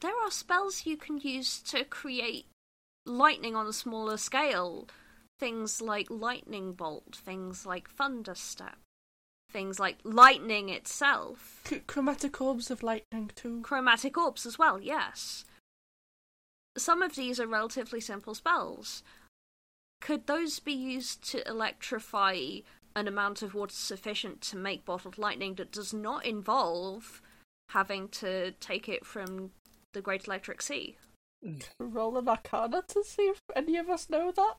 There are spells you can use to create lightning on a smaller scale. Things like lightning bolt, things like thunderstep, things like lightning itself, C- chromatic orbs of lightning too. chromatic orbs as well, yes. Some of these are relatively simple spells. Could those be used to electrify an amount of water sufficient to make bottled lightning that does not involve having to take it from the Great Electric Sea? Roll an arcana to see if any of us know that.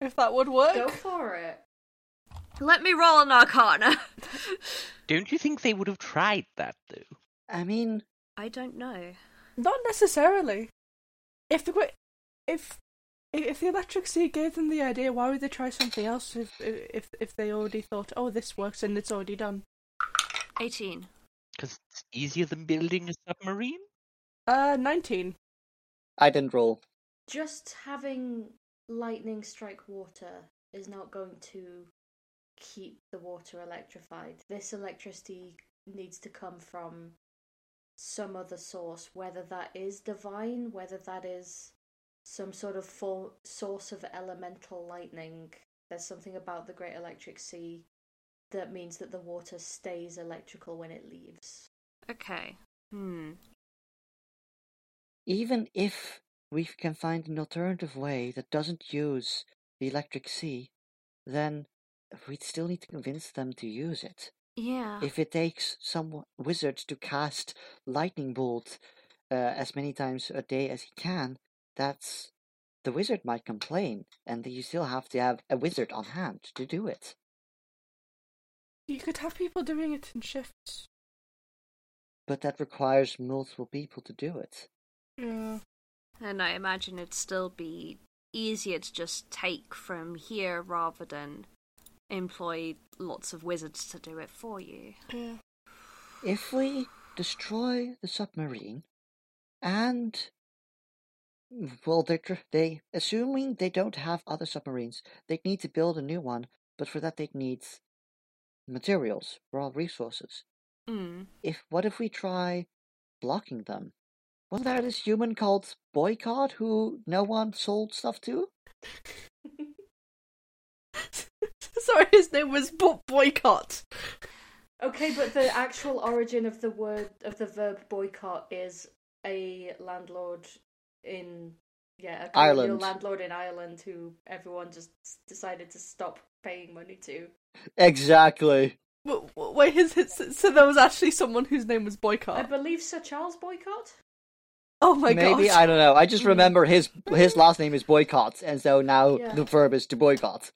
If that would work. Go for it. Let me roll an arcana. Don't you think they would have tried that though? I mean, I don't know. Not necessarily. If the great, if if if the electric sea gave them the idea, why would they try something else if if if they already thought, oh, this works and it's already done? 18. Because it's easier than building a submarine. Uh, nineteen. I didn't roll. Just having lightning strike water is not going to keep the water electrified. This electricity needs to come from some other source, whether that is divine, whether that is some sort of fo- source of elemental lightning. There's something about the Great Electric Sea that means that the water stays electrical when it leaves. Okay. Hmm. Even if we can find an alternative way that doesn't use the electric sea, then we'd still need to convince them to use it. Yeah. If it takes some wizard to cast lightning bolt uh, as many times a day as he can, that's the wizard might complain, and you still have to have a wizard on hand to do it. You could have people doing it in shifts. But that requires multiple people to do it. Yeah. And I imagine it'd still be easier to just take from here rather than employ lots of wizards to do it for you. Yeah. If we destroy the submarine, and well, they are they assuming they don't have other submarines, they'd need to build a new one. But for that, they'd need materials, raw resources. Hmm. If what if we try blocking them? Wasn't there this human called Boycott who no one sold stuff to? Sorry, his name was Bo- boycott. Okay, but the actual origin of the word of the verb boycott is a landlord in yeah, a colonial Ireland. landlord in Ireland who everyone just s- decided to stop paying money to. Exactly. W- w- Wait, his, his so there was actually someone whose name was I boycott. believe Sir Charles boycott. Oh my Maybe god. I don't know. I just remember his his last name is Boycott, and so now Yeah. the verb is to boycott.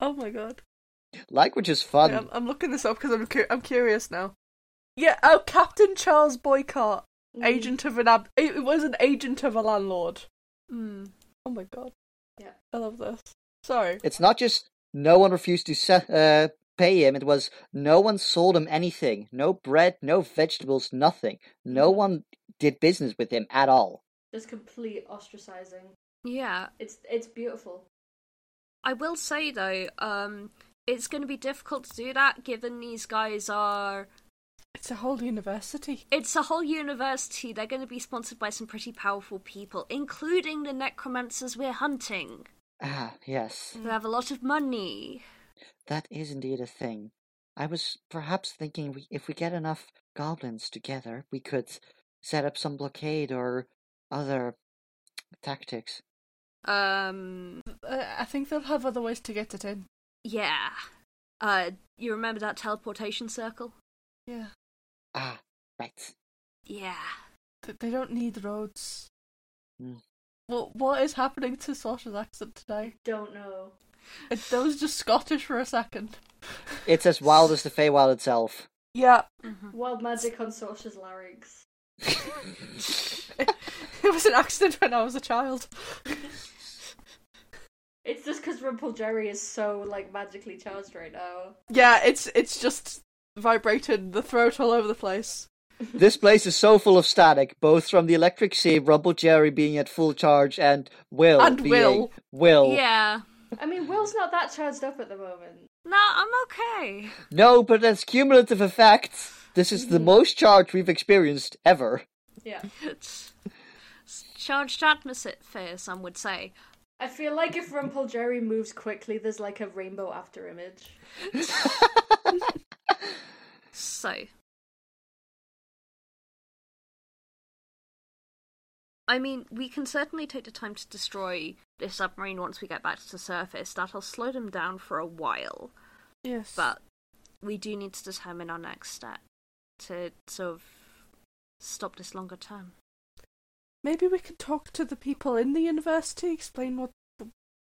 Oh my god. Language is fun. Yeah, I'm, I'm looking this up because I'm cu- I'm curious now. Yeah. Oh, Captain Charles Boycott. Mm, agent of an ab- it it was an agent of a landlord. Hmm. Oh my god. Yeah. I love this. Sorry. It's not just no one refused to se- uh, pay him. It was no one sold him anything. No bread, no vegetables, nothing. No one did business with him at all. Just complete ostracizing. Yeah. It's it's beautiful. I will say though, um, it's going to be difficult to do that given these guys are. It's a whole university. It's a whole university. They're going to be sponsored by some pretty powerful people, including the necromancers we're hunting. Ah, yes, They have a lot of money. that is indeed a thing. I was perhaps thinking we, if we get enough goblins together, we could set up some blockade or other tactics. Um, Uh, I think they'll have other ways to get it in. yeah. Uh, you remember that teleportation circle? Yeah. Ah, right. Yeah. Th- They don't need roads. Mm. What what is happening to Sasha's accent today? Don't know. It, that was just Scottish for a second. It's as wild as the Feywild itself. Yeah. Wild magic on Sorsha's larynx. It, it was an accident when I was a child. It's just because Rumpel Jerry is so like magically charged right now. Yeah, it's it's just vibrated the throat all over the place. This place is so full of static, both from the electric sea, Rumble Jerry being at full charge, and Will And being Will. Will. Yeah. I mean, Will's not that charged up at the moment. No, I'm okay. No, but as cumulative effects, this is the most charge we've experienced ever. Yeah. It's Charged atmosphere, some would say. I feel like if Rumpeljerry moves quickly, there's like a rainbow after image. So. I mean, we can certainly take the time to destroy this submarine once we get back to the surface. That'll slow them down for a while. Yes. But we do need to determine our next step to sort of stop this longer term. maybe we could talk to the people in the university, explain what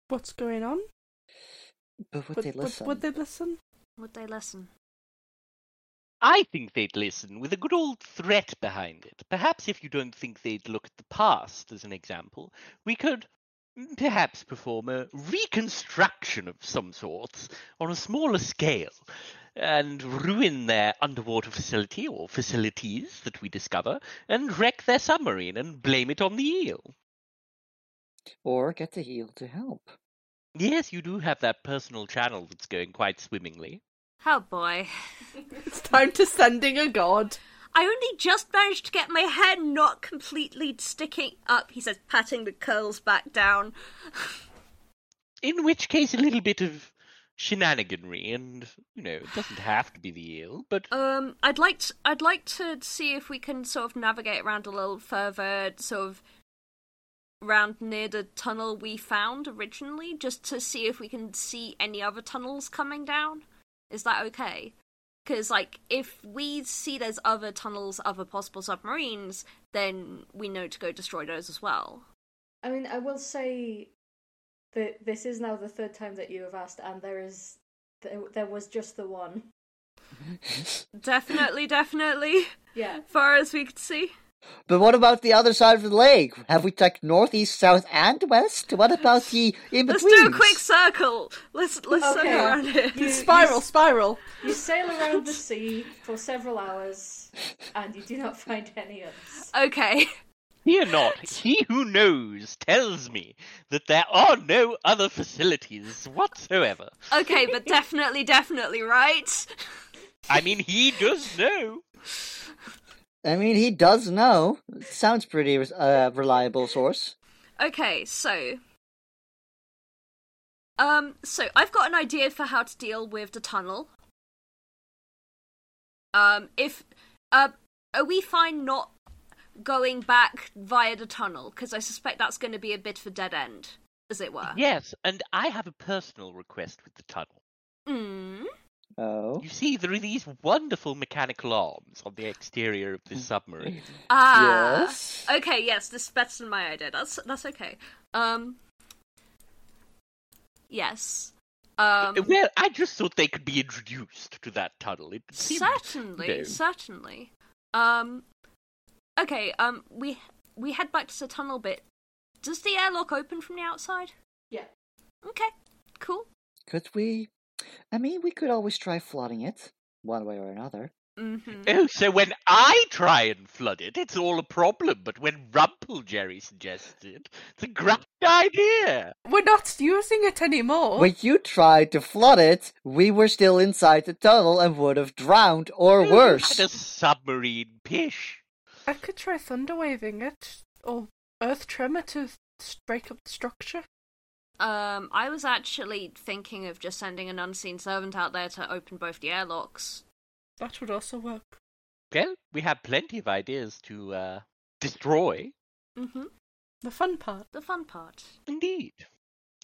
what's going on. but would Would- they would- listen? Would, they listen? Would they listen? I think they'd listen with a good old threat behind it. Perhaps if you don't think they'd look at the past as an example, we could mm, perhaps perform a reconstruction of some sorts on a smaller scale and ruin their underwater facility or facilities that we discover and wreck their submarine and blame it on the eel. Or get the heel to help. Yes, you do have that personal channel that's going quite swimmingly. Oh boy. It's time to sending a god. I only just managed to get my hair not completely sticking up, he says, patting the curls back down. In which case, a little bit of shenaniganry, and you know, it doesn't have to be the eel, but Um, I'd like to, I'd like to see if we can sort of navigate around a little further, sort of round near the tunnel we found originally, just to see if we can see any other tunnels coming down. Is that okay? Because like, if we see there's other tunnels, other possible submarines, then we know to go destroy those as well. I mean, I will say that this is now the third time that you have asked, and there is there, there was just the one. Definitely, definitely, Yeah, far as we could see. But what about the other side of the lake? Have we checked north, east, south, and west? What about the in between? Let's do a quick circle. Let's let's Okay. circle around here. You- Spiral, spiral. you sail around the sea for several hours, and you do not find any others. Okay. Fear not, he who knows tells me that there are no other facilities whatsoever. Okay, but definitely, definitely, right? I mean, he does know. I mean, he does know. Sounds pretty uh, reliable source. Okay, so. Um, so I've got an idea for how to deal with the tunnel. Um, if. Uh, are we fine not going back via the tunnel? Because I suspect that's going to be a bit of a dead end, as it were. Yes, and I have a personal request with the tunnel. Mm. Oh. You see, there are these wonderful mechanical arms on the exterior of this submarine. Ah. Yes. Okay, yes, this is better than my idea. That's that's okay. Um. Yes. Um. well, I just thought they could be introduced to that tunnel. It seemed, certainly, you know, certainly. Um, okay. Um, we we head back to the tunnel bit. Does the airlock open from the outside? Yeah, Okay, cool. Could we? I mean, we could always try flooding it, one way or another. Mm-hmm. Oh, so when I try and flood it, it's all a problem. But when Rumple Jerry suggests it, it's a great idea. We're not using it anymore. When you tried to flood it, we were still inside the tunnel and would have drowned, Mm, or And a worse. submarine pish. I could try thunder waving it or earth tremor to s- break up the structure. Um, I was actually thinking of just sending an unseen servant out there to open both the airlocks. That would also work. Well, we have plenty of ideas to uh, destroy. Mm-hmm. The fun part. The fun part. Indeed.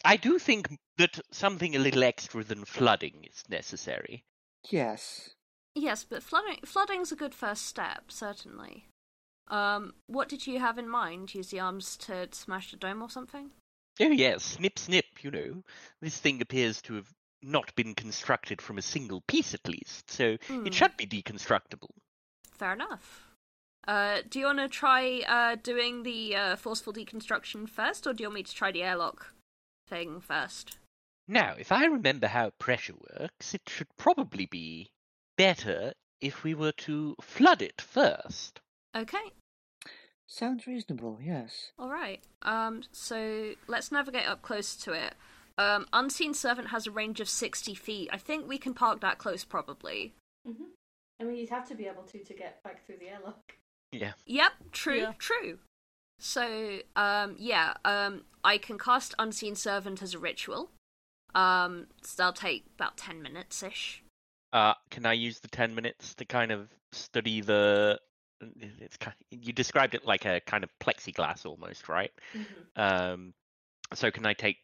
I do think that something a little extra than flooding is necessary. Yes. Yes, but flooding flooding's a good first step, certainly. Um, what did you have in mind? Use the arms to smash the dome or something? Oh, yes, snip, snip, you know. This thing appears to have not been constructed from a single piece, at least, so Hmm. it should be deconstructible. Fair enough. Uh, do you want to try uh, doing the uh, forceful deconstruction first, or do you want me to try the airlock thing first? Now, if I remember how pressure works, it should probably be better if we were to flood it first. Okay, Sounds reasonable, yes. all right. Um, so let's navigate up close to it. Um, Unseen Servant has a range of 60 feet. I think we can park that close, probably. hmm I mean, you'd have to be able to to get back through the airlock. Yeah. Yep, true, Yeah. true. So, um, yeah, um, I can cast Unseen Servant as a ritual. Um, so that'll take about 10 minutes ish. Uh, can I use the ten minutes to kind of study the? It's kind you described it like a kind of plexiglass almost, right? Um, so can I take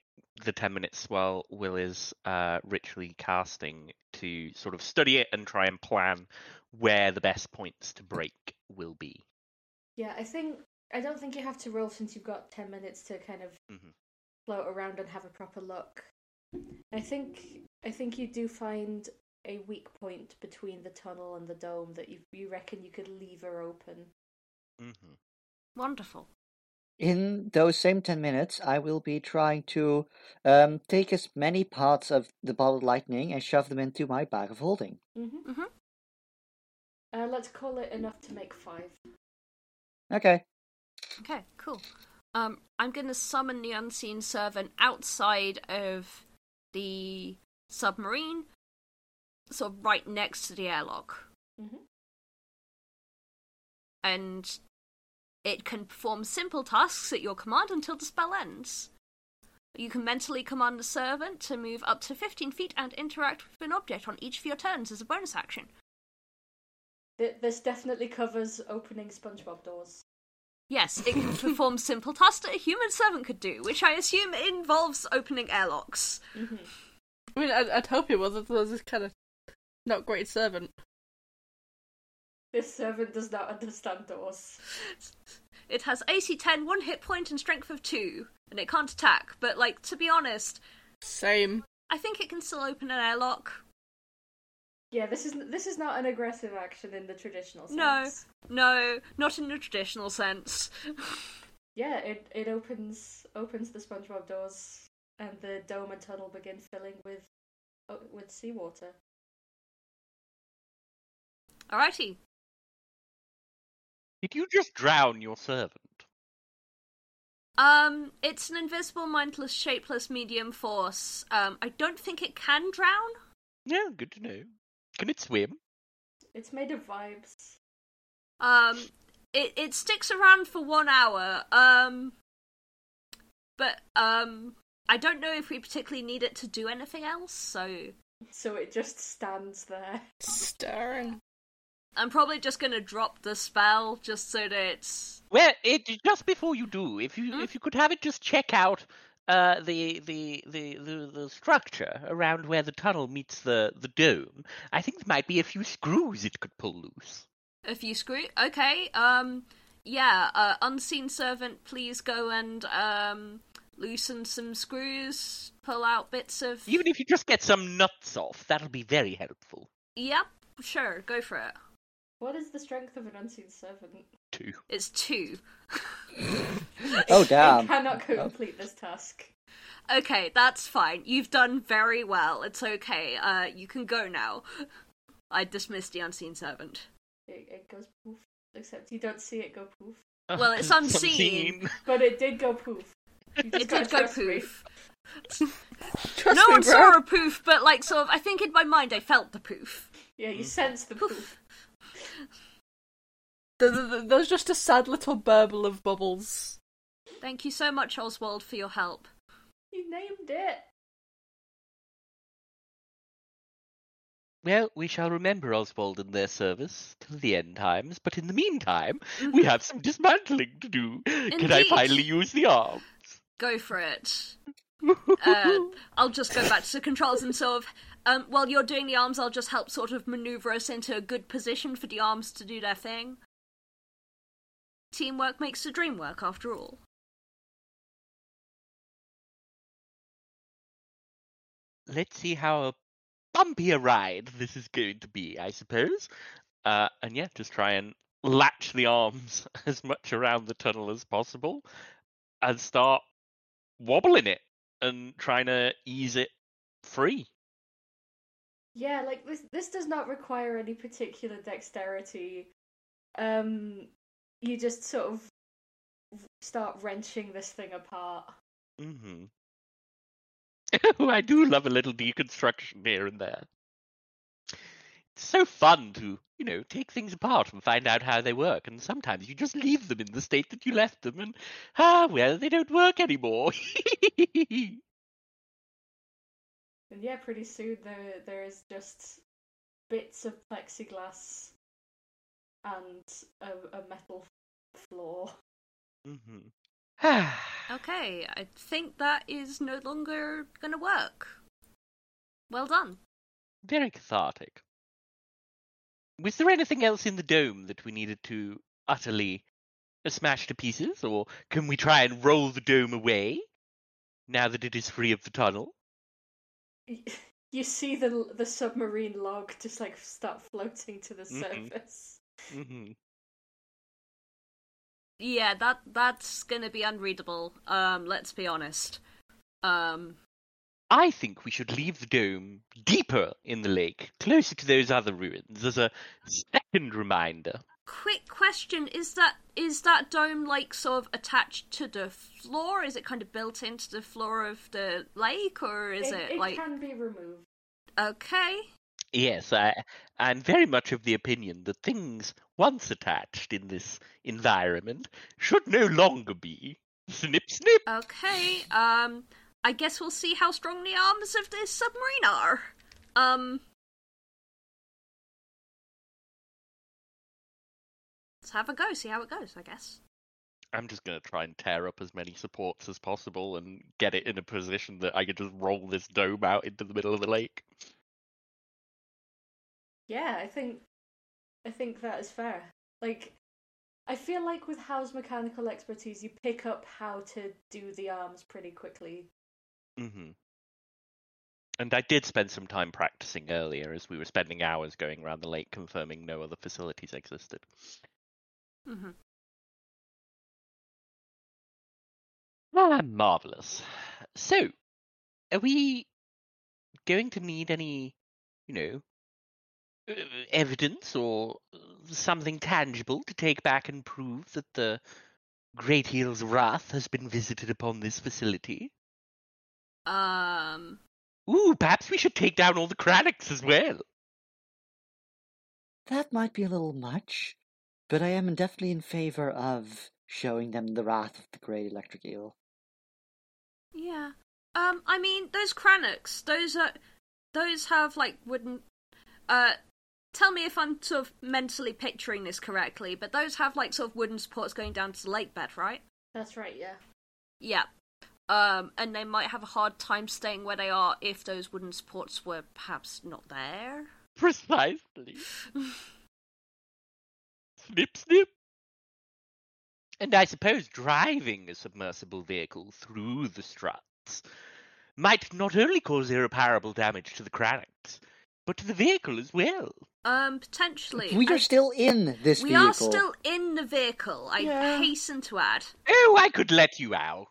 the ten minutes while Will is uh, ritually casting to sort of study it and try and plan where the best points to break will be? Yeah, I think I don't think you have to roll since you've got ten minutes to kind of Mhm. float around and have a proper look. I think I think you do find a weak point between the tunnel and the dome that you you reckon you could lever open. hmm Wonderful. In those same 10 minutes, I will be trying to um, take as many parts of the ball of lightning and shove them into my bag of holding. Mm-hmm. Mhm. Uh, let's call it enough to make five. Okay. Okay, cool. Um, I'm going to summon the unseen servant outside of the submarine, sort of right next to the airlock, Mm-hmm. and it can perform simple tasks at your command until the spell ends. You can mentally command the servant to move up to 15 feet and interact with an object on each of your turns as a bonus action. Th- this definitely covers opening SpongeBob doors. Yes, it can perform simple tasks that a human servant could do, which I assume involves opening airlocks. Mm-hmm. I mean, I'd, I'd hope it was. Otherwise, this kind of not great servant. This servant does not understand doors. It has AC 10, 1 hit point, and strength of 2, and it can't attack. But, like, to be honest, Same. I think it can still open an airlock. Yeah, this is this is not an aggressive action in the traditional sense. No. No, not in the traditional sense. Yeah, it, it opens opens the SpongeBob doors, and the dome and tunnel begin filling with uh, with seawater. Alrighty. Did you just drown your servant? Um, it's an invisible, mindless, shapeless medium force. Um, I don't think it can drown. Yeah, good to know. Can it swim? It's made of vibes. Um, it it sticks around for one hour. Um, but um, I don't know if we particularly need it to do anything else. So So it just stands there. Staring. I'm probably just gonna drop the spell just so that it's Well, it just before you do, if you Mm. if you could have it just check out uh, the, the, the the the structure around where the tunnel meets the the dome, I think there might be a few screws it could pull loose. a few screw. Okay. Um, yeah. Uh, unseen servant, please go and um loosen some screws, pull out bits of. Even if you just get some nuts off, that'll be very helpful Yep. Sure. Go for it. What is the strength of an unseen servant? too. It's two. Oh, I damn. cannot complete this task. Okay, that's fine. You've done very well. It's okay. Uh, you can go now. I dismissed the unseen servant. It, it goes poof. Except you don't see it go poof. Well, it's unseen. But it did go poof. You just It gotta did go trust me. poof. Trust no me, one bro. saw a poof, but like, sort of. I think in my mind, I felt the poof. Yeah, you sense the poof. Th- th- th- There's just a sad little burble of bubbles. Thank you so much, Oswald, for your help. You named it. Well, we shall remember Oswald and their service till the end times, but in the meantime, we have some dismantling to do. Can I Indeed. finally use the arms? Go for it. Uh, I'll just go back to the controls and sort of. Um, while you're doing the arms, I'll just help sort of maneuver us into a good position for the arms to do their thing. Teamwork makes the dream work, after all. let's see how bumpy a ride this is going to be, I suppose. Uh, and yeah, just try and latch the arms as much around the tunnel as possible and start wobbling it and trying to ease it free. Yeah, like this this does not require any particular dexterity. Um you just sort of start wrenching this thing apart. hmm I do love a little deconstruction here and there. It's so fun to you know, take things apart and find out how they work. And sometimes you just leave them in the state that you left them, and ah, well, they don't work anymore. And yeah, pretty soon there there is just bits of plexiglass and a, a metal floor. mm-hmm. Okay, I think that is no longer gonna work. Well done. Very cathartic. Was there anything else in the dome that we needed to utterly uh, smash to pieces, or can we try and roll the dome away now that it is free of the tunnel? You see the the submarine log just like start floating to the Mhm. surface. Mm-hmm. Yeah, that that's gonna be unreadable. Um, let's be honest. Um, I think we should leave the dome deeper in the lake, closer to those other ruins, as a second reminder. quick question: Is that is that dome like sort of attached to the floor? Is it kind of built into the floor of the lake, or is it, like can be removed? okay? Yes, I, I'm very much of the opinion that things once attached in this environment should no longer be. Snip, snip. Okay, um, I guess we'll see how strong the arms of this submarine are. Um. Let's have a go, see how it goes, I guess. I'm just going to try and tear up as many supports as possible and get it in a position that I can just roll this dome out into the middle of the lake. Yeah, I think I think that is fair. Like I feel like with Howe's mechanical expertise you pick up how to do the arms pretty quickly. Mm-hmm. And I did spend some time practicing earlier as we were spending hours going around the lake confirming no other facilities existed. Mm-hmm. Ah, marvelous. So, are we going to need any, you know, uh, evidence or uh, something tangible to take back and prove that the Great Eel's wrath has been visited upon this facility? Um. Ooh, perhaps we should take down all the Kraniks as well. That might be a little much, but I am definitely in favor of showing them the wrath of the Great Electric Eel. Yeah. Um. I mean, those Kraniks, those are, those have like wooden. Uh, tell me if I'm sort of mentally picturing this correctly, but those have like sort of wooden supports going down to the lake bed, right? That's right, yeah. Yeah. Um, and they might have a hard time staying where they are if those wooden supports were perhaps not there. Precisely. snip, snip. And I suppose driving a submersible vehicle through the struts might not only cause irreparable damage to the Kraniks, but to the vehicle as well. Um, potentially. We are I- still in this we vehicle. are still in the vehicle. I Yeah. hasten to add. Oh, I could let you out.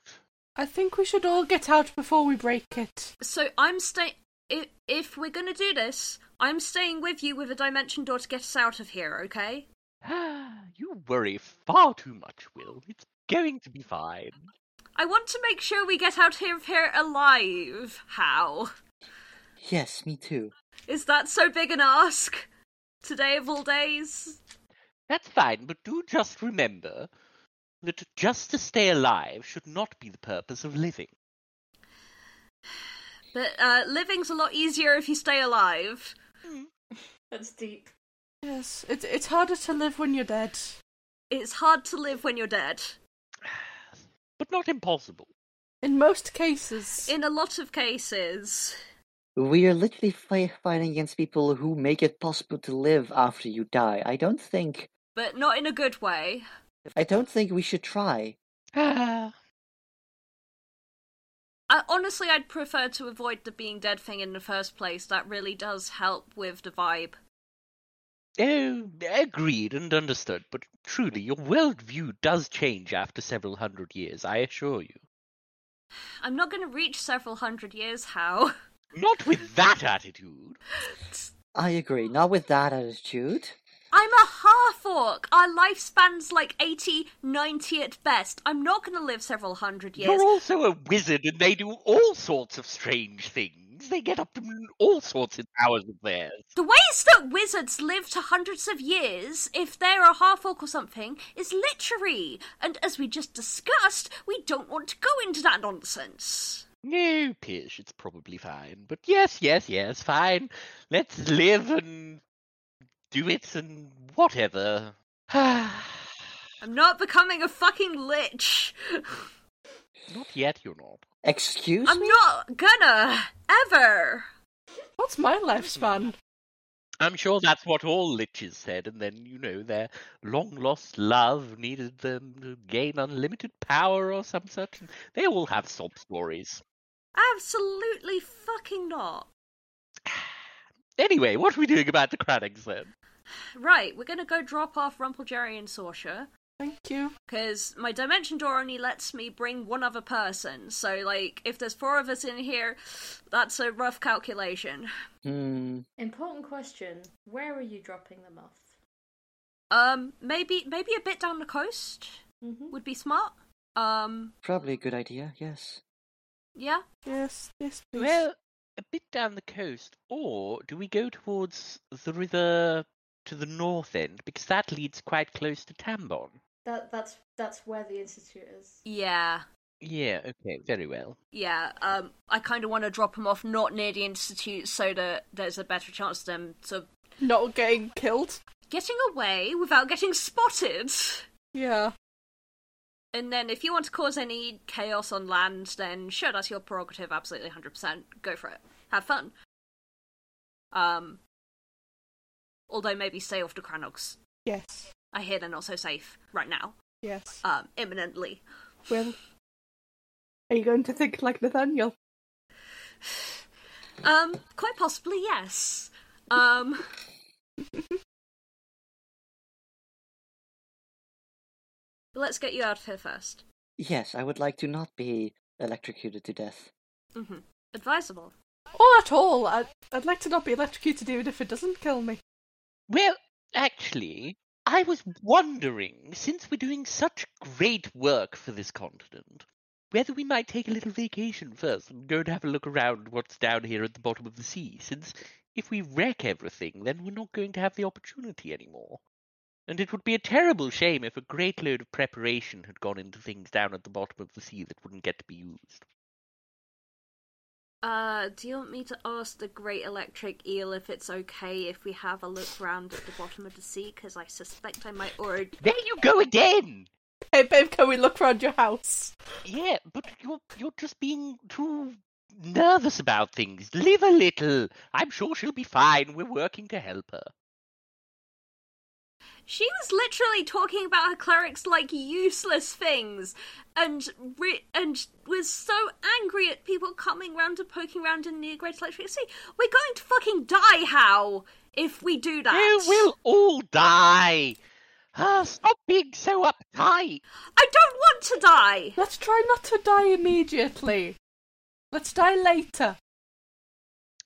I think we should all get out before we break it. So I'm staying. If, if we're gonna do this, I'm staying with you with a dimension door to get us out of here. Okay? Ah, you worry far too much, Will. It's going to be fine. I want to make sure we get out of here alive. How? Yes, me too. Is that so big an ask? Today of all days. That's fine, but do just remember that just to stay alive should not be the purpose of living. But uh, living's a lot easier if you stay alive. That's deep. Yes, it's it's harder to live when you're dead. It's hard to live when you're dead. But not impossible. In most cases. In a lot of cases. We are literally fi- fighting against people who make it possible to live after you die. I don't think. But not in a good way. I don't think we should try. Ah, I, honestly, I'd prefer to avoid the being dead thing in the first place. That really does help with the vibe. oh, agreed and understood, but truly, your worldview does change after several hundred years, I assure you. I'm not going to reach several hundred years, how? Not with that attitude. I agree. Not with that attitude. I'm a half orc. Our lifespan's like 80, 90 at best. I'm not going to live several hundred years. You're also a wizard, and they do all sorts of strange things. they get up to n- all sorts of powers of theirs. The ways that wizards live to hundreds of years, if they're a half orc or something, is literary. And as we just discussed, we don't want to go into that nonsense. No, Pish, Oh, it's probably fine. But yes, yes, yes, fine. Let's live and do it and whatever. Not I'm not becoming a fucking lich. yet, you're not. Excuse I'm me? not gonna ever. What's my lifespan? I'm sure that's what all liches said, and then, you know, their long lost love needed them to gain unlimited power or some such. and They all have sob stories. Absolutely fucking not. Anyway, what are we doing about the Cranings then? Right, we're gonna go drop off Rumpeljerry and Sorsha. Thank you. Because my dimension door only lets me bring one other person. So, like, if there's four of us in here, that's a rough calculation. Hmm. Important question where are you dropping them off? Um, maybe maybe a bit down the coast hmm would be smart. Um, Probably a good idea, yes. yeah. Yes, yes, please. Well, a bit down the coast, or do we go towards the river to the north end? Because that leads quite close to Tambon. That, that's, that's where the institute is. Yeah. Yeah, okay, very well. Yeah. Um, I kind of want to drop them off not near the institute so that there's a better chance of them to Not getting killed. getting away without getting spotted. Yeah. And then, if you want to cause any chaos on land, then sure, that's your prerogative. Absolutely, hundred percent. Go for it. Have fun. Um. Although maybe stay off the Cranogs. Yes. I hear they're not so safe right now. Yes. Um, imminently. Well, are you going to think like Nathaniel? Um, quite possibly, yes. Um. Let's get you out of here first. Yes, I would like to not be electrocuted to death. hmm Advisable. Or at all. I'd, I'd like to not be electrocuted even if it doesn't kill me. Well, actually, I was wondering, since we're doing such great work for this continent, whether we might take a little vacation first and go and have a look around what's down here at the bottom of the sea, since if we wreck everything, then we're not going to have the opportunity anymore. And it would be a terrible shame if a great load of preparation had gone into things down at the bottom of the sea that wouldn't get to be used. Uh, do you want me to ask the Great Electric Eel if it's okay if we have a look round at the bottom of the sea? Because I suspect I might already. There you go again! Hey, babe, can we look round your house? Yeah, but you're you're just being too nervous about things. Live a little. I'm sure she'll be fine. We're working to help her. She was literally talking about her clerics like useless things, and re- and was so angry at people coming round and poking round in the Great Electric Sea. We're going to fucking die, how if we do that? We will all die. Ah, stop being so uptight. I don't want to die. Let's try not to die immediately. Let's die later.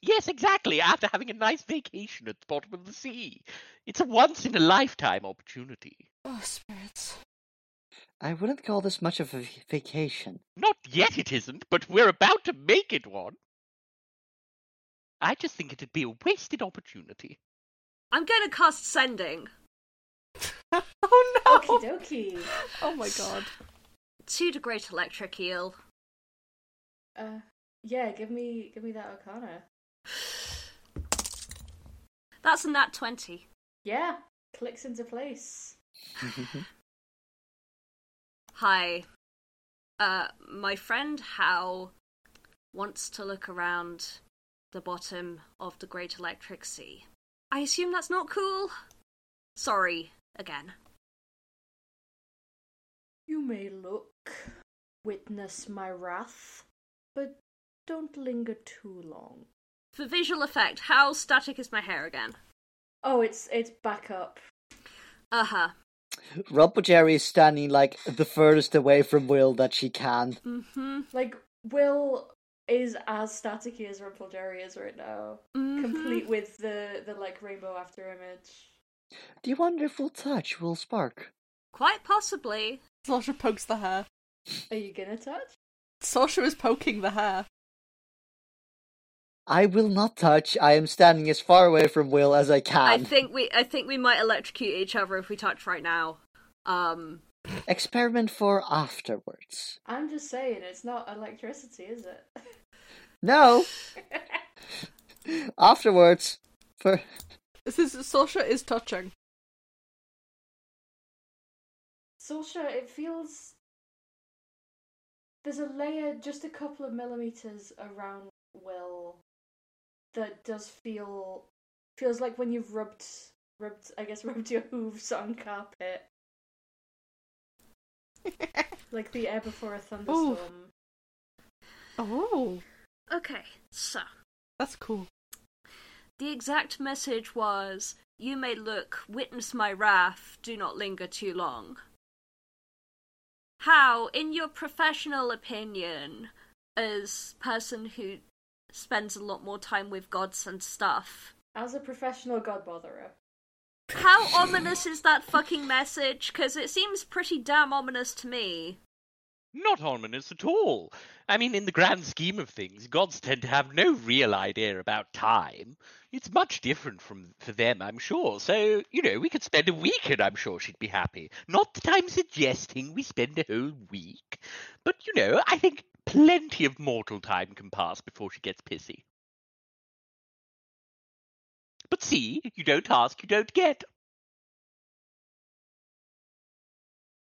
Yes, exactly. After having a nice vacation at the bottom of the sea, it's a once in a lifetime opportunity. Oh, spirits. I wouldn't call this much of a v- vacation. Not yet, it isn't, but we're about to make it one. I just think it'd be a wasted opportunity. I'm going to cast sending Oh, no. Okie dokie. Oh, my God. to the Great Electric Eel. Uh, yeah, give me give me that Arcana. That's a nat twenty. Yeah, clicks into place. Hi. Uh, my friend Hal wants to look around the bottom of the Great Electric Sea. I assume that's not cool? Sorry, again. You may look, witness my wrath, but don't linger too long. For visual effect, how static is my hair again? Oh, it's it's back up. Uh huh. Rumple Jerry is standing like the furthest away from Will that she can. Mm Mm-hmm, hmm. Like Will is as staticky as Rumpelderry is right now, mm-hmm. complete with the the like rainbow after image. Do you wonder if we'll touch will spark? Quite possibly. Sasha pokes the hair. Are you gonna touch? Sasha is poking the hair. I will not touch. I am standing as far away from Will as I can. I think we I think we might electrocute each other if we touch right now. Um Experiment for afterwards. I'm just saying, it's not electricity, is it? No. afterwards. For This is Sorsha is touching. Sorsha, it feels there's a layer just a couple of millimeters around Will that does feel feels like when you've rubbed rubbed I guess rubbed your hooves on carpet. like the air before a thunderstorm. Oh, Okay, so that's cool. the exact message was you may look, witness my wrath, do not linger too long. How, in your professional opinion, as person who spends a lot more time with gods and stuff, As a professional god botherer. How ominous is that fucking message? Because it seems pretty damn ominous to me. Not ominous at all. I mean, in the grand scheme of things, gods tend to have no real idea about time. It's much different from for them, I'm sure. So you know, we could spend a week, and I'm sure she'd be happy. Not that I'm suggesting we spend a whole week, but you know, I think plenty of mortal time can pass before she gets pissy. But see, you don't ask, you don't get.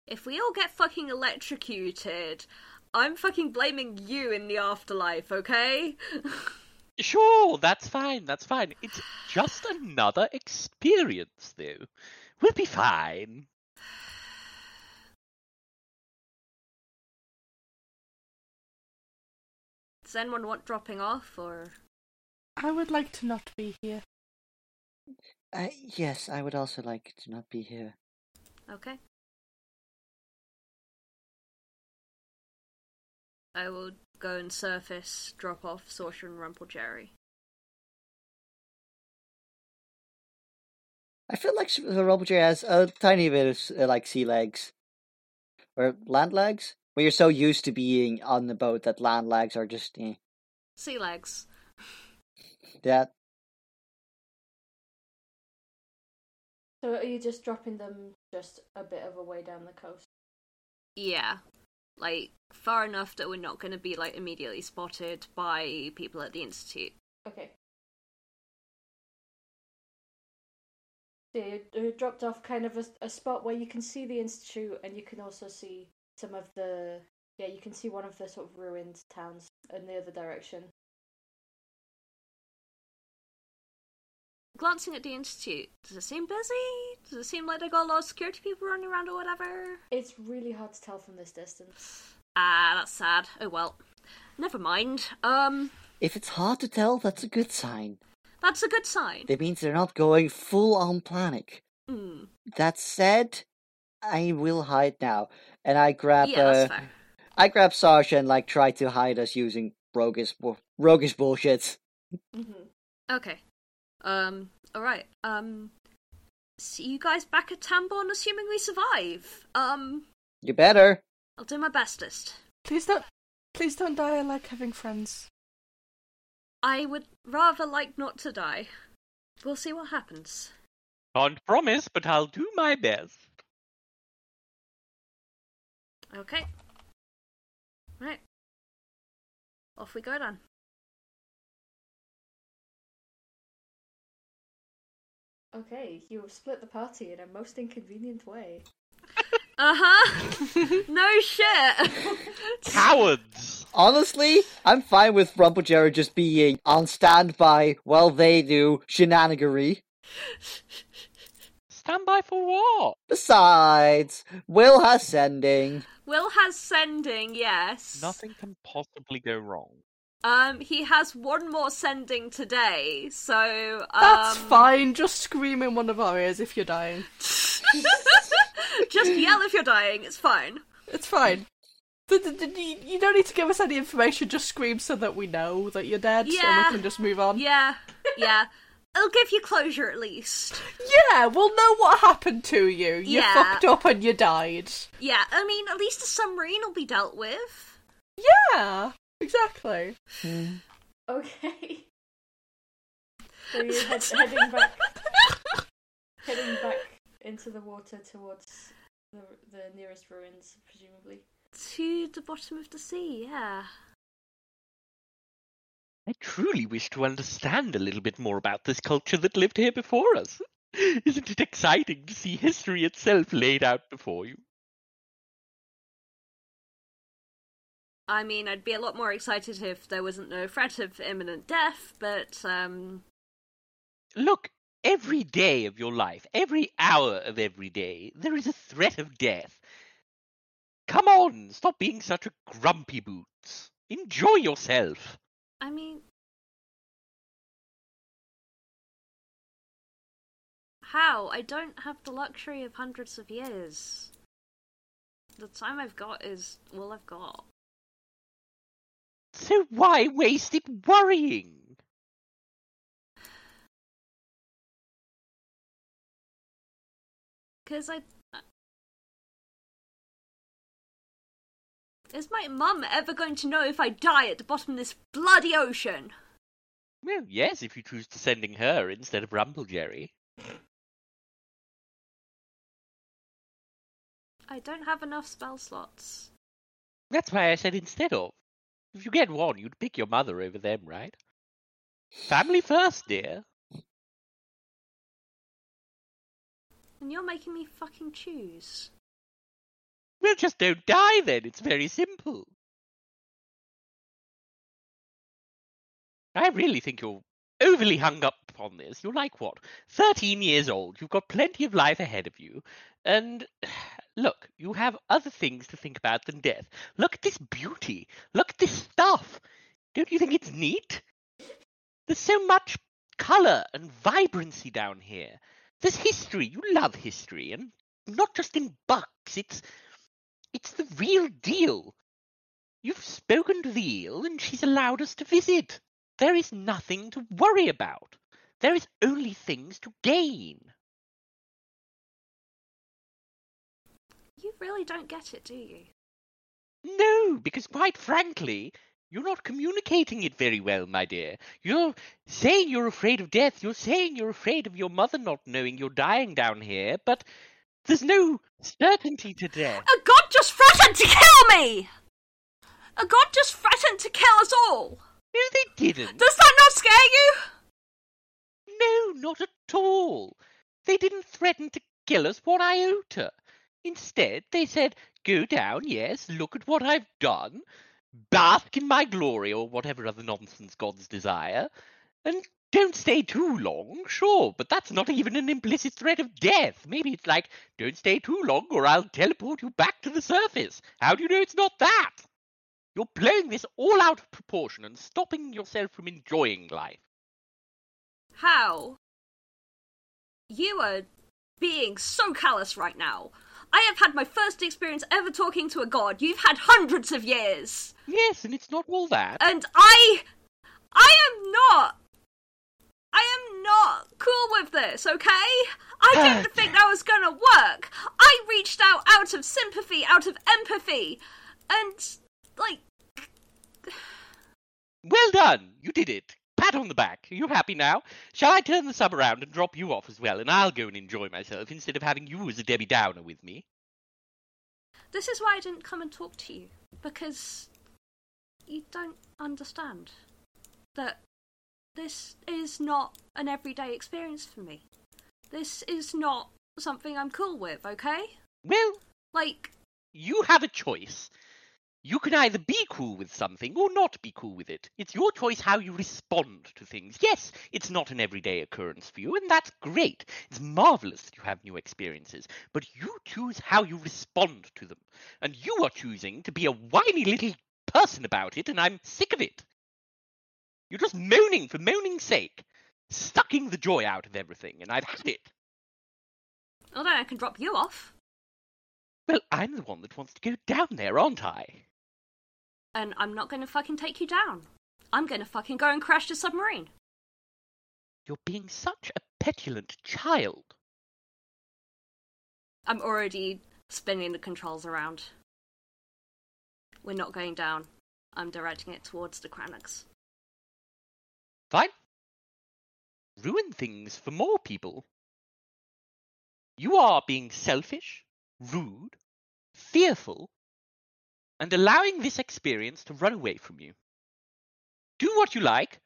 If we all get fucking electrocuted, I'm fucking blaming you in the afterlife, okay? Sure, that's fine, that's fine. It's just another experience, though. We'll be fine. Does anyone want dropping off or. I would like to not be here. uh, yes, I would also like to not be here. Okay. I will go and surface, drop off Sorsha and Rumple Jerry. I feel like the robot has a tiny bit of s- uh, like sea legs or land legs. Where you're so used to being on the boat that land legs are just eh, Sea legs. that. So are you just dropping them just a bit of a way down the coast? Yeah. Like, far enough that we're not going to be, like, immediately spotted by people at the Institute. Okay. So you you dropped off kind of a, a spot where you can see the institute and you can also see some of the yeah you can see one of the sort of ruined towns in the other direction. Glancing at the Institute, does it seem busy? Does it seem like they got a lot of security people running around or whatever? It's really hard to tell from this distance. Ah, that's sad. Oh well. Never mind. Um, If it's hard to tell, that's a good sign. that's a good sign. That means they're not going full on panic. Hmm. That said, I will hide now, and I grab Yeah, that's uh, fair. I grab Sasha and like try to hide us using roguish bu- roguish bullshit. hmm Okay. Um, alright. Um, see you guys back at Tamborn, assuming we survive. Um, You better. I'll do my bestest. Please don't, please don't die. I like having friends. I would rather like not to die. We'll see what happens. Can't promise, but I'll do my best. Okay. Right. Off we go then. Okay, you have split the party in a most inconvenient way. Uh huh. Uh-huh. no shit. Cowards! Honestly, I'm fine with Rumpeljerry just being on standby while they do shenanigery. Stand by for what? Besides, Will has sending. Will has sending, yes. Nothing can possibly go wrong. Um, he has one more sending today, so um, That's fine. Just scream in one of our ears if you're dying. just yell if you're dying. It's fine. It's fine. Th- th- th- You you don't need to give us any information. Just scream so that we know that you're dead, and Yeah. we can just move on. Yeah, yeah. It'll give you closure at least. Yeah, we'll know what happened to you. You Yeah. fucked up and you died. Yeah, I mean, at least the submarine will be dealt with. Yeah, exactly. Okay. So you're head- heading back, heading back into the water towards the the nearest ruins, presumably. To the bottom of the sea, yeah. I truly wish to understand a little bit more about this culture that lived here before us. Isn't it exciting to see history itself laid out before you? I mean, I'd be a lot more excited if there wasn't no threat of imminent death, but um, Look, every day of your life, every hour of every day, there is a threat of death. Come on, stop being such a grumpy boots. Enjoy yourself. I mean, how? I don't have the luxury of hundreds of years. The time I've got is all I've got. So why waste it worrying? Cause I. Is my mum ever going to know if I die at the bottom of this bloody ocean? Well, yes, if you choose to sending her instead of Rumble Jerry. I don't have enough spell slots. That's why I said instead of. If you get one, you'd pick your mother over them, right? Family first, dear. And you're making me fucking choose. Well, just don't die then. It's very simple. I really think you're overly hung up on this. You're like, what, 13 years old? You've got plenty of life ahead of you. And look, you have other things to think about than death. Look at this beauty. Look at this stuff. Don't you think it's neat? There's so much colour and vibrancy down here. There's history. You love history. And not just in books, it's it's the real deal. You've spoken to the eel, and she's allowed us to visit. There is nothing to worry about. There is only things to gain. You really don't get it, do you? No, because quite frankly, you're not communicating it very well, my dear. You're saying you're afraid of death. You're saying you're afraid of your mother not knowing you're dying down here, but there's no certainty to death. A god just threatened to kill me! A god just threatened to kill us all! No, they didn't. Does that not scare you? No, not at all. They didn't threaten to kill us one iota. Instead, they said, Go down, yes, look at what I've done, bask in my glory, or whatever other nonsense gods desire, and don't stay too long, sure, but that's not even an implicit threat of death. Maybe it's like, Don't stay too long, or I'll teleport you back to the surface. How do you know it's not that? You're blowing this all out of proportion and stopping yourself from enjoying life. How? You are being so callous right now. I have had my first experience ever talking to a god. You've had hundreds of years. Yes, and it's not all that. And I. I am not. I am not cool with this, okay? I didn't think that was gonna work. I reached out out of sympathy, out of empathy, and, like, Well done! You did it! Pat on the back. Are you happy now? Shall I turn the sub around and drop you off as well, and I'll go and enjoy myself instead of having you as a Debbie Downer with me? this is why I didn't come and talk to you. Because. you don't understand that this is not an everyday experience for me. This is not something I'm cool with, okay? Well, Like, you have a choice. You can either be cool with something or not be cool with it. It's your choice how you respond to things. Yes, it's not an everyday occurrence for you, and that's great. It's marvelous that you have new experiences, but you choose how you respond to them. And you are choosing to be a whiny little person about it, and I'm sick of it. You're just moaning for moaning's sake, sucking the joy out of everything, and I've had it. oh no, I can drop you off. Well, I'm the one that wants to go down there, aren't I? and I'm not gonna fucking take you down. I'm gonna fucking go and crash the submarine. You're being such a petulant child. I'm already spinning the controls around. We're not going down. I'm directing it towards the Cranax. Fine. ruin things for more people. You are being selfish, rude, fearful, and allowing this experience to run away from you. Do what you like.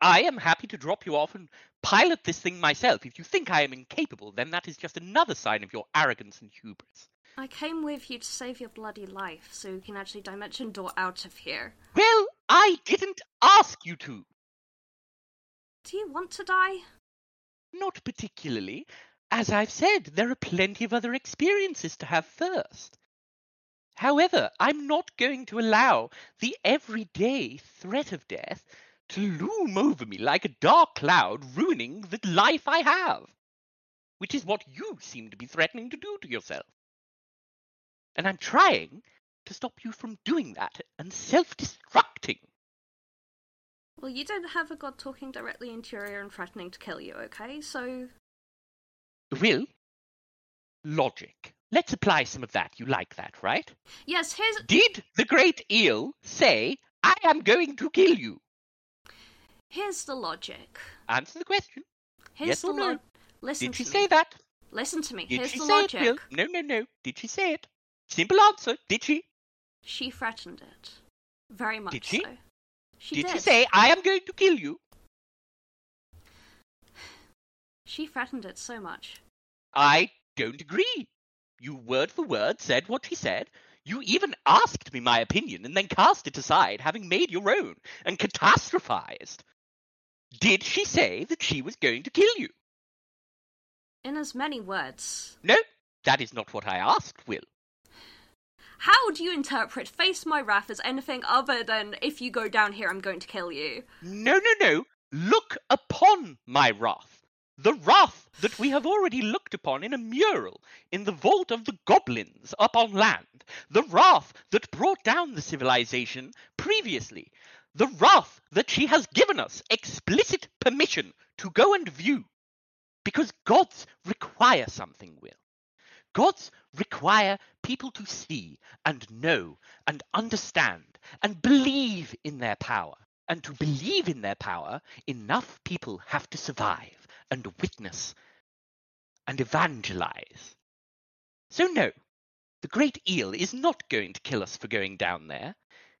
I am happy to drop you off and pilot this thing myself. If you think I am incapable, then that is just another sign of your arrogance and hubris. I came with you to save your bloody life so you can actually dimension door out of here. Well, I didn't ask you to. Do you want to die? Not particularly. As I've said, there are plenty of other experiences to have first. However, I'm not going to allow the everyday threat of death to loom over me like a dark cloud, ruining the life I have, which is what you seem to be threatening to do to yourself. And I'm trying to stop you from doing that and self destructing. Well, you don't have a god talking directly into your ear and threatening to kill you, okay? So, Will, logic. Let's apply some of that. You like that, right? yes, here's Did the great eel say, I am going to kill you? here's the logic. Answer the question. Here's Yes the or no? logic. Listen Did to she me. say that? Listen to me. Did here's she the say logic. it, Will? No, no, no. Did she say it? Simple answer. Did she? She threatened it. Very much she? so. She did, did. she say, I am going to kill you? She threatened it so much. I don't agree. You word for word said what she said. You even asked me my opinion and then cast it aside, having made your own and catastrophized. Did she say that she was going to kill you? In as many words. No, that is not what I asked, Will. How do you interpret face my wrath as anything other than if you go down here I'm going to kill you? No, no, no. Look upon my wrath. The wrath that we have already looked upon in a mural in the vault of the goblins up on land. The wrath that brought down the civilization previously. The wrath that she has given us explicit permission to go and view. Because gods require something, Will. Gods require people to see and know and understand and believe in their power. And to believe in their power, enough people have to survive and witness and evangelize. So, no, the great eel is not going to kill us for going down there.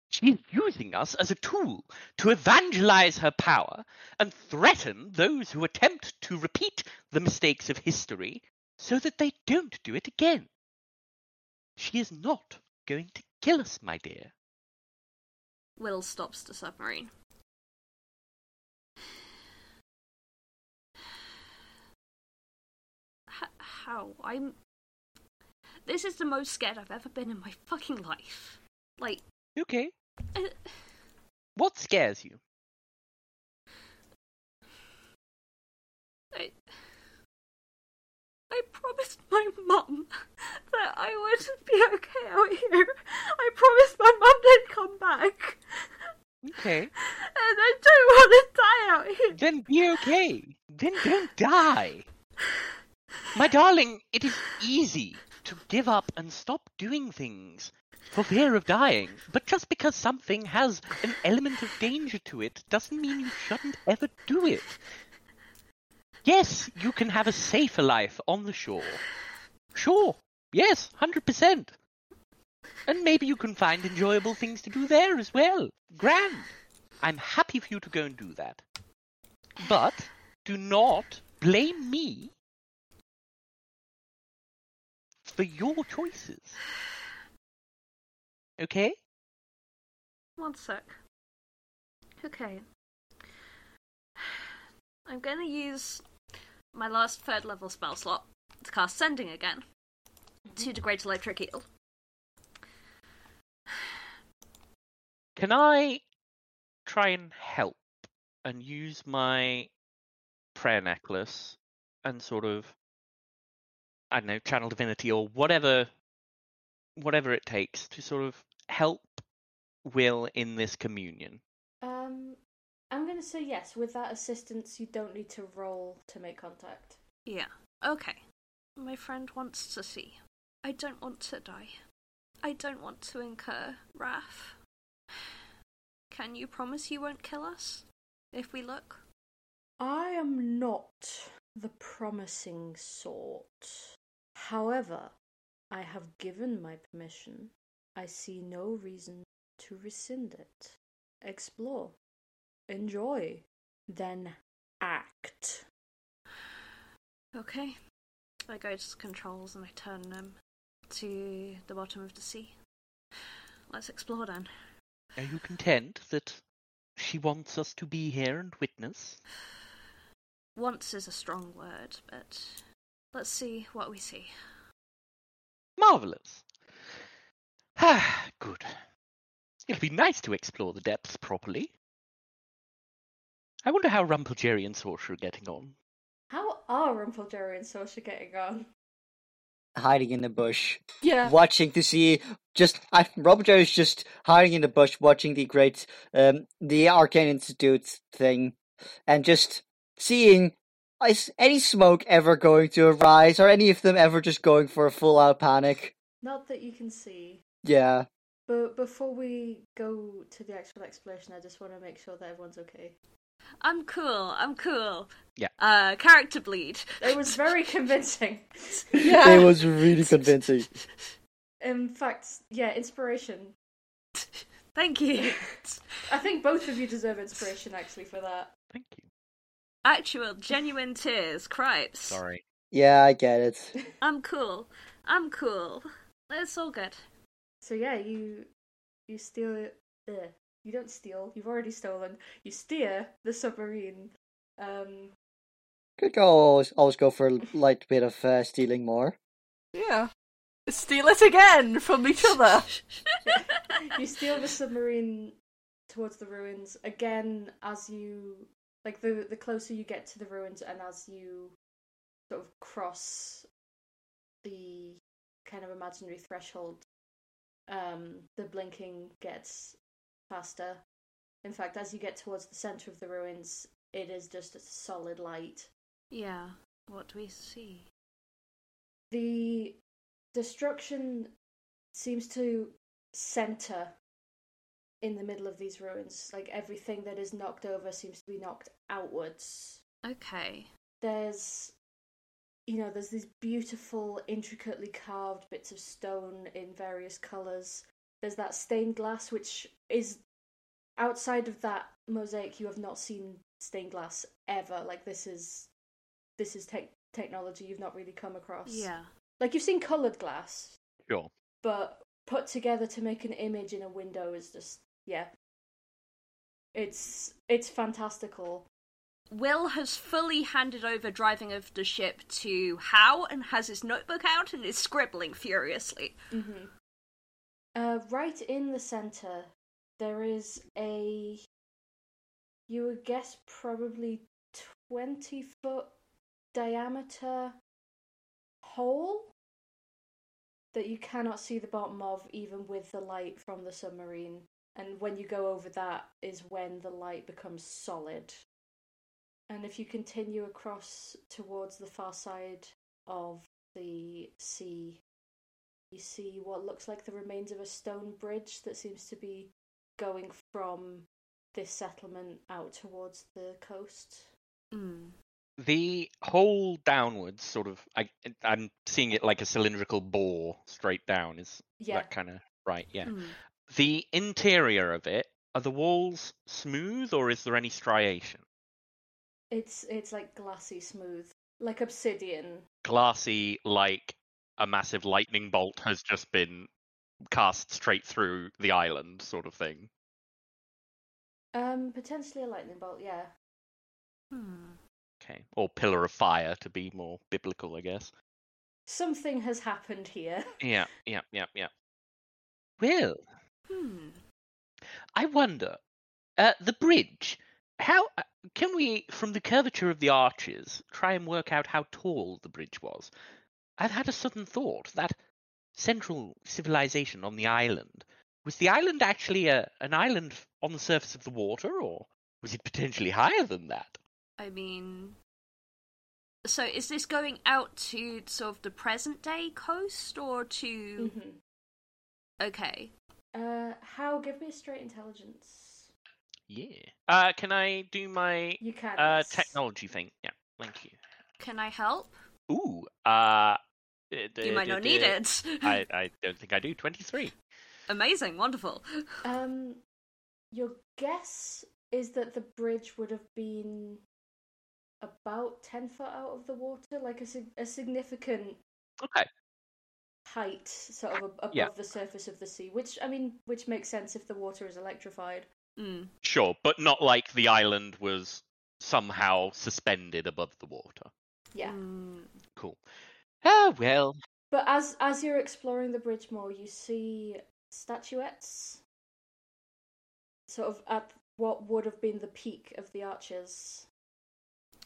She's using us as a tool to evangelize her power and threaten those who attempt to repeat the mistakes of history so that they don't do it again. She is not going to kill us, my dear. Will stops the submarine. H- how? I'm. This is the most scared I've ever been in my fucking life. Like, Okay, I- what scares you? I, I promised my mum that I would be okay out here. I promised my mum they'd come back. Okay. And I don't want to die out here. Then be okay. Then don't die. My darling, it is easy to give up and stop doing things for fear of dying. But just because something has an element of danger to it doesn't mean you shouldn't ever do it. Yes, you can have a safer life on the shore. Sure. Yes, 100%. And maybe you can find enjoyable things to do there as well. Grand. I'm happy for you to go and do that. But do not blame me for your choices. Okay? One sec. Okay. I'm gonna use my last third level spell slot to cast Sending again to the Great Electric Eel. Can I try and help and use my prayer necklace and sort of I don't know, channel divinity or whatever whatever it takes to sort of help Will in this communion. Um, I'm going to say yes. With that assistance, you don't need to roll to make contact. Yeah. Okay. My friend wants to see. I don't want to die. I don't want to incur wrath. Can you promise you won't kill us if we look? I am not the promising sort. However, I have given my permission. I see no reason to rescind it. Explore. Enjoy. Then act. Okay. I go to the controls and I turn them to the bottom of the sea. Let's explore then. Are you content that she wants us to be here and witness? Once is a strong word, but let's see what we see. Marvelous. Ah, good. It'll be nice to explore the depths properly. I wonder how Rumpeljerry and Sorcerer are getting on. How are Rumpeljerry and Sorsha getting on? Hiding in the bush, Yeah. watching to see. Just I, Robert Joe is just hiding in the bush, watching the great, um, the Arcane Institute thing, and just seeing is any smoke ever going to arise, or any of them ever just going for a full-out panic. Not that you can see. Yeah. But before we go to the actual explanation, I just want to make sure that everyone's okay. I'm cool, I'm cool. Yeah. Uh, character bleed. It was very convincing. Yeah. It was really convincing. In fact, yeah, inspiration. Thank you. I think both of you deserve inspiration actually for that. Thank you. Actual, genuine tears, cripes. Sorry. Yeah, I get it. I'm cool. I'm cool. It's all good. So yeah, you you steal. Ugh. You don't steal. You've already stolen. You steer the submarine. Um, Could go always, always go for a light bit of uh, stealing more. Yeah. Steal it again from each other. you steal the submarine towards the ruins again as you like the the closer you get to the ruins and as you sort of cross the kind of imaginary threshold um the blinking gets faster in fact as you get towards the center of the ruins it is just a solid light Yeah. What do we see? the destruction seems to center in the middle of these ruins. Like everything that is knocked over seems to be knocked outwards. Okay. There's, you know, there's these beautiful, intricately carved bits of stone in various colours. There's that stained glass, which is outside of that mosaic. You have not seen stained glass ever. Like this is, this is tech technology you've not really come across. Yeah. Like you've seen coloured glass, Sure. but put together to make an image in a window is just yeah it's it's fantastical Will has fully handed over driving of the ship to How and has his notebook out and is scribbling furiously. mm-hmm. uh, right in the center there is a you would guess probably 20 foot diameter hole that you cannot see the bottom of even with the light from the submarine and when you go over that is when the light becomes solid and if you continue across towards the far side of the sea you see what looks like the remains of a stone bridge that seems to be going from this settlement out towards the coast Mm. The hole downwards, sort of, I, I'm seeing it like a cylindrical bore straight down. Is yeah that kind of right? Yeah. Mm. The interior of it, are the walls smooth or is there any striation? it's it's like glassy smooth like obsidian Glassy, like a massive lightning bolt has just been cast straight through the island, sort of thing. um potentially a lightning bolt yeah Hmm. Okay. Or pillar of fire to be more biblical, I guess. something has happened here Yeah, yeah, yeah, yeah. Well, Hmm. I wonder, uh, the bridge. How uh, can we, from the curvature of the arches, try and work out how tall the bridge was? I've had a sudden thought that central civilization on the island was the island actually a, an island f- on the surface of the water, or was it potentially higher than that? I mean. So is this going out to sort of the present day coast or to. Mhm. Okay. uh how give me a straight intelligence Yeah. Uh, can I do my You can. uh, yes. technology thing? Yeah, thank you. Can I help? Ooh. Uh, you might not need it. I, I don't think I do. 23. Amazing, wonderful. Um, your guess is that the bridge would have been about ten foot out of the water, like a, sig- a significant Okay. height, sort of ab- above Yeah. the surface of the sea. Which I mean, which makes sense if the water is electrified. Mm. Sure, but not like the island was somehow suspended above the water. Yeah. Mm. Cool. Ah, well. But as as you're exploring the bridge more, you see statuettes, sort of at what would have been the peak of the arches.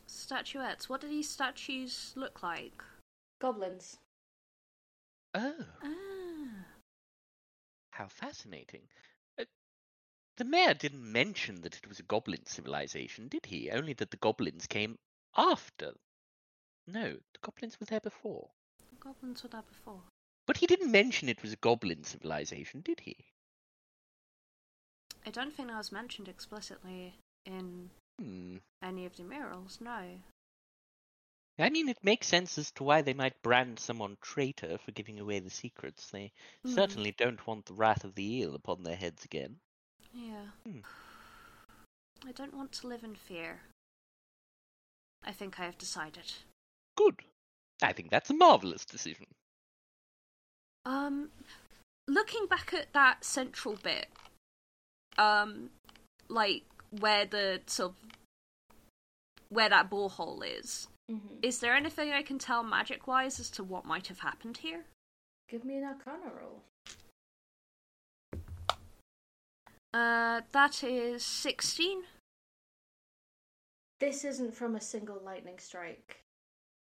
Statuettes. What do these statues look like? Goblins. Oh, Ah. how fascinating. Uh, the mayor didn't mention that it was a goblin civilization, did he? Only that the goblins came after. No, the goblins were there before. Goblins were there before. But he didn't mention it was a goblin civilization, did he? I don't think that was mentioned explicitly in Hmm. any of the murals, no. I mean, it makes sense as to why they might brand someone traitor for giving away the secrets. They Hmm. certainly don't want the wrath of the eel upon their heads again. Yeah. Hmm. I don't want to live in fear. I think I have decided. Good. I think that's a marvelous decision. Um, looking back at that central bit, um, like where the sort of where that borehole is, Mm-hmm. is there anything I can tell magic wise as to what might have happened here? Give me an Arcana roll. Uh, that is sixteen. This isn't from a single lightning strike.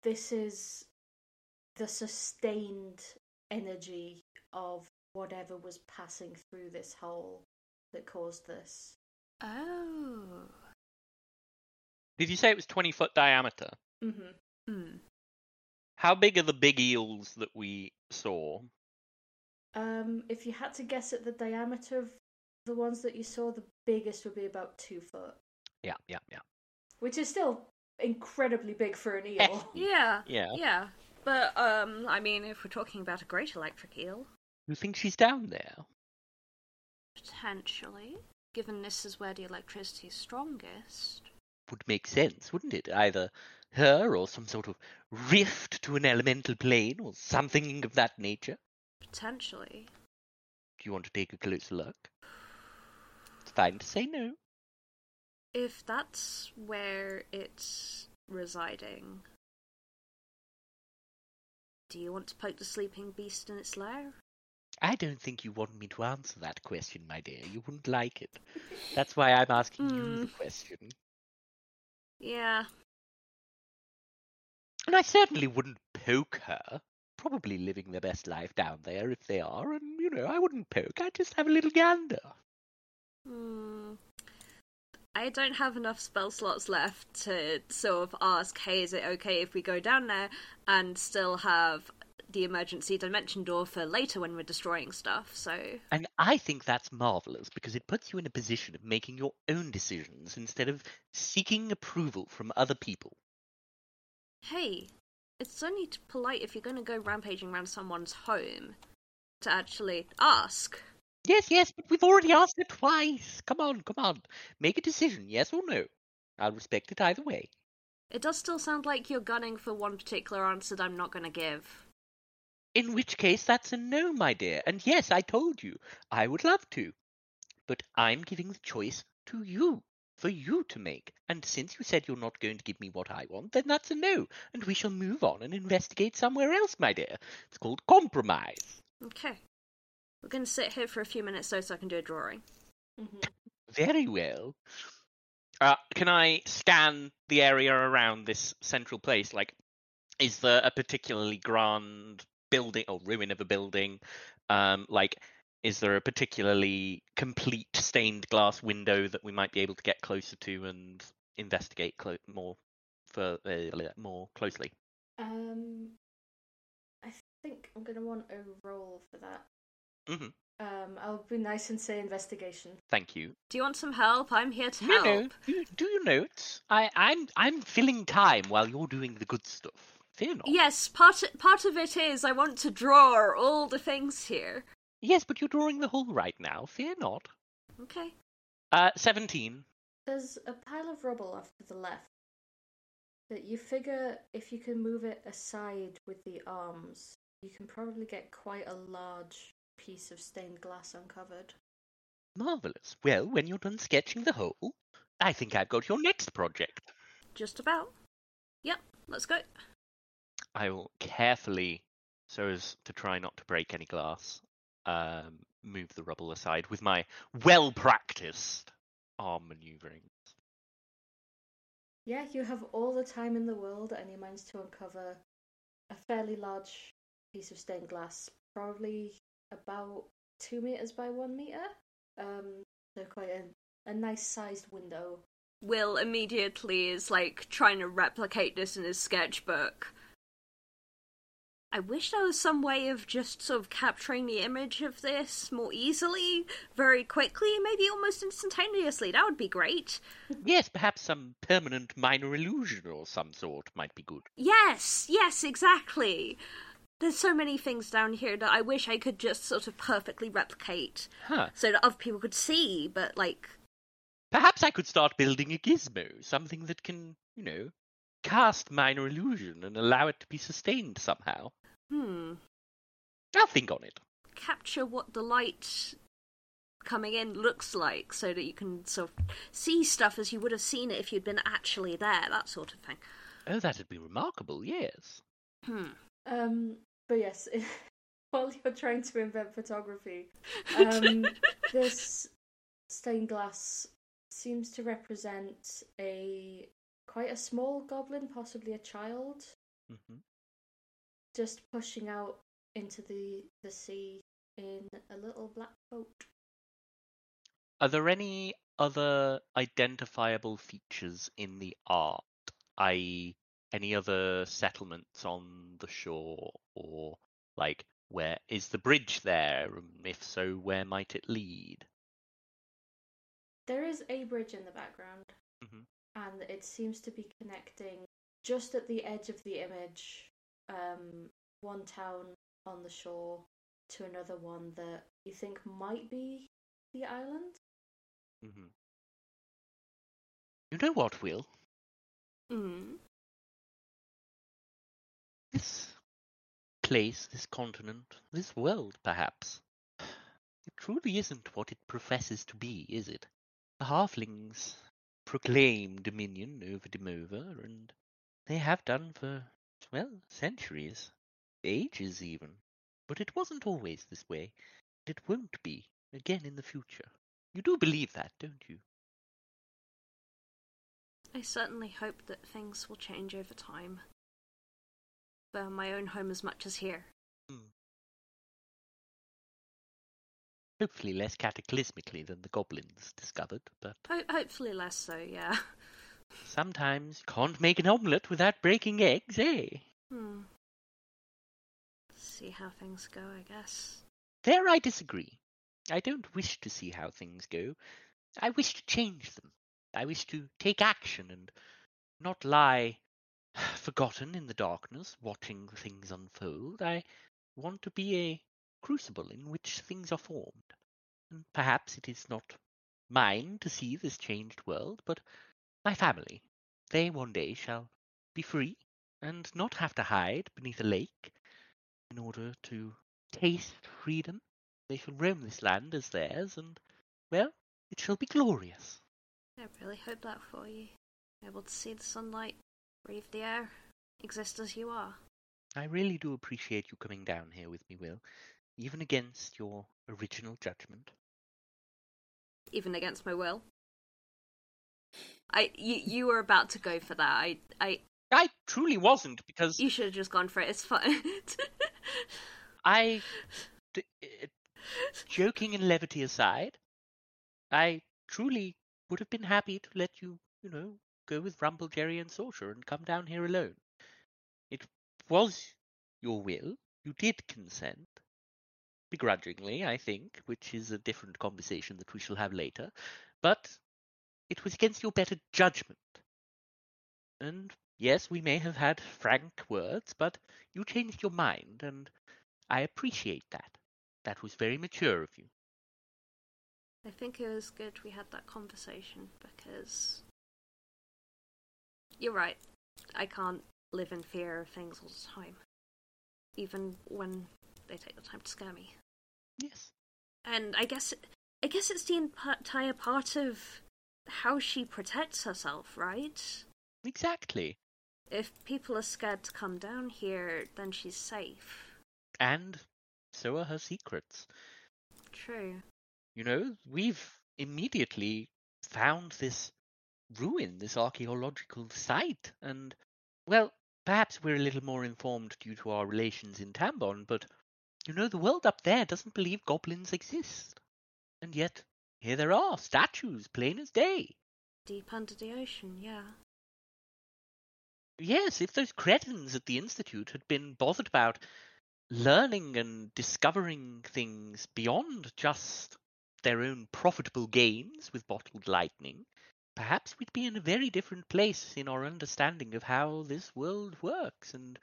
This is the sustained energy of whatever was passing through this hole that caused this. Oh. Did you say it was 20 foot diameter? Mm-hmm. Hmm. How big are the big eels that we saw? Um, if you had to guess at the diameter of the ones that you saw, the biggest would be about two foot, Yeah, yeah, yeah. which is still incredibly big for an eel. Yeah. Yeah. Yeah. But um, I mean, if we're talking about a great electric eel, You think she's down there? potentially, given this is where the electricity is strongest. Would make sense, wouldn't it? Either her or some sort of rift to an elemental plane or something of that nature. Potentially. Do you want to take a closer look? It's fine to say no. If that's where it's residing. Do you want to poke the sleeping beast in its lair? I don't think you want me to answer that question, my dear. You wouldn't like it. That's why I'm asking you the question. Yeah. And I certainly wouldn't poke her. Probably living their best life down there if they are, and you know, I wouldn't poke, I'd just have a little gander. Hmm. I don't have enough spell slots left to sort of ask, hey, is it okay if we go down there and still have the emergency dimension door for later when we're destroying stuff, so. And I think that's marvellous because it puts you in a position of making your own decisions instead of seeking approval from other people. hey, it's only t- polite if you're going to go rampaging around someone's home to actually ask. Yes, yes, but we've already asked it twice. Come on, come on. Make a decision, yes or no. I'll respect it either way. It does still sound like you're gunning for one particular answer that I'm not going to give. In which case, that's a no, my dear. And yes, I told you, I would love to. But I'm giving the choice to you, for you to make. And since you said you're not going to give me what I want, then that's a no. And we shall move on and investigate somewhere else, my dear. It's called compromise. Okay. We're going to sit here for a few minutes though so I can do a drawing. hmm Very well. Uh, can I scan the area around this central place? Like, is there a particularly grand building or ruin of a building? Um, like, is there a particularly complete stained glass window that we might be able to get closer to and investigate clo- more for uh, more closely? Um, I think I'm gonna want a roll for that. Mhm. Um, I'll be nice and say investigation. Thank you. Do you want some help? I'm here to No, help. no. Do, do you know it? I, I'm I'm filling time while you're doing the good stuff. Fear not. Yes, part part of it is I want to draw all the things here. Yes, but you're drawing the whole right now. Fear not. Okay. Uh, seventeen. There's a pile of rubble off to the left that you figure if you can move it aside with the arms, you can probably get quite a large piece of stained glass uncovered. Marvelous. Well, when you're done sketching the whole, I think I've got your next project. Just about. Yep, let's go. I will carefully, so as to try not to break any glass, um, move the rubble aside with my well practiced arm maneuvering. Yeah, you have all the time in the world and you manage to uncover a fairly large piece of stained glass, probably about two meters by one meter. Um, so quite a, a nice sized window. Will immediately is like trying to replicate this in his sketchbook. I wish there was some way of just sort of capturing the image of this more easily, very quickly, maybe almost instantaneously. That would be great. Yes, perhaps some permanent minor illusion or some sort might be good. Yes, yes, exactly. There's so many things down here that I wish I could just sort of perfectly replicate Huh. so that other people could see, but like, Perhaps I could start building a gizmo, something that can, you know, cast minor illusion and allow it to be sustained somehow. hmm, I'll think on it. capture what the light coming in looks like so that you can sort of see stuff as you would have seen it if you'd been actually there, that sort of thing. Oh, that'd be remarkable, yes. Hmm. Um, but yes, while you're trying to invent photography, um, this stained glass seems to represent a quite a small goblin, possibly a child, hmm just pushing out into the the sea in a little black boat. Are there any other identifiable features in the art, i.e., any other settlements on the shore, or like where is the bridge there? And if so, where might it lead? There is a bridge in the background, Mhm. and it seems to be connecting just at the edge of the image, um, one town on the shore to another one that you think might be the island. hmm You know what, Will? Hmm. This place, this continent, this world, perhaps. It truly isn't what it professes to be, is it? The halflings proclaim dominion over Demova, and they have done for, well, centuries, ages even. But it wasn't always this way, and it won't be again in the future. You do believe that, don't you? I certainly hope that things will change over time. For my own home as much as here. Hopefully less cataclysmically than the goblins discovered, but Ho- hopefully less so, yeah. Sometimes you can't make an omelette without breaking eggs, eh? Hmm. See how things go, I guess. There I disagree. I don't wish to see how things go. I wish to change them. I wish to take action and not lie forgotten in the darkness, watching things unfold. I want to be a crucible in which things are formed. And perhaps it is not mine to see this changed world, but my family. They one day shall be free and not have to hide beneath a lake in order to taste freedom. They shall roam this land as theirs, and, well, it shall be glorious. I really hope that for you. Able to see the sunlight, breathe the air, exist as you are. I really do appreciate you coming down here with me, Will, even against your original judgment. Even against my will. I you you were about to go for that. I I I truly wasn't, because you should have just gone for it. It's fine. I. D- eh, joking and levity aside, I truly would have been happy to let you, you know, go with Rumble Jerry and Sorcerer and come down here alone. It was your will. You did consent. begrudgingly, I think, which is a different conversation that we shall have later. But it was against your better judgment. And yes, we may have had frank words, but you changed your mind, and I appreciate that. That was very mature of you. I think it was good we had that conversation because you're right. I can't live in fear of things all the time, even when they take the time to scare me. Yes. And I guess, I guess it's the entire part of how she protects herself, right? Exactly. If people are scared to come down here, then she's safe. And so are her secrets. True. You know, we've immediately found this ruin, this archaeological site, and, well, perhaps we're a little more informed due to our relations in Tambon, but, you know, the world up there doesn't believe goblins exist. And yet, here there are, statues, plain as day. Deep under the ocean, yeah. Yes, if those cretins at the Institute had been bothered about learning and discovering things beyond just their own profitable gains with bottled lightning, perhaps we'd be in a very different place in our understanding of how this world works and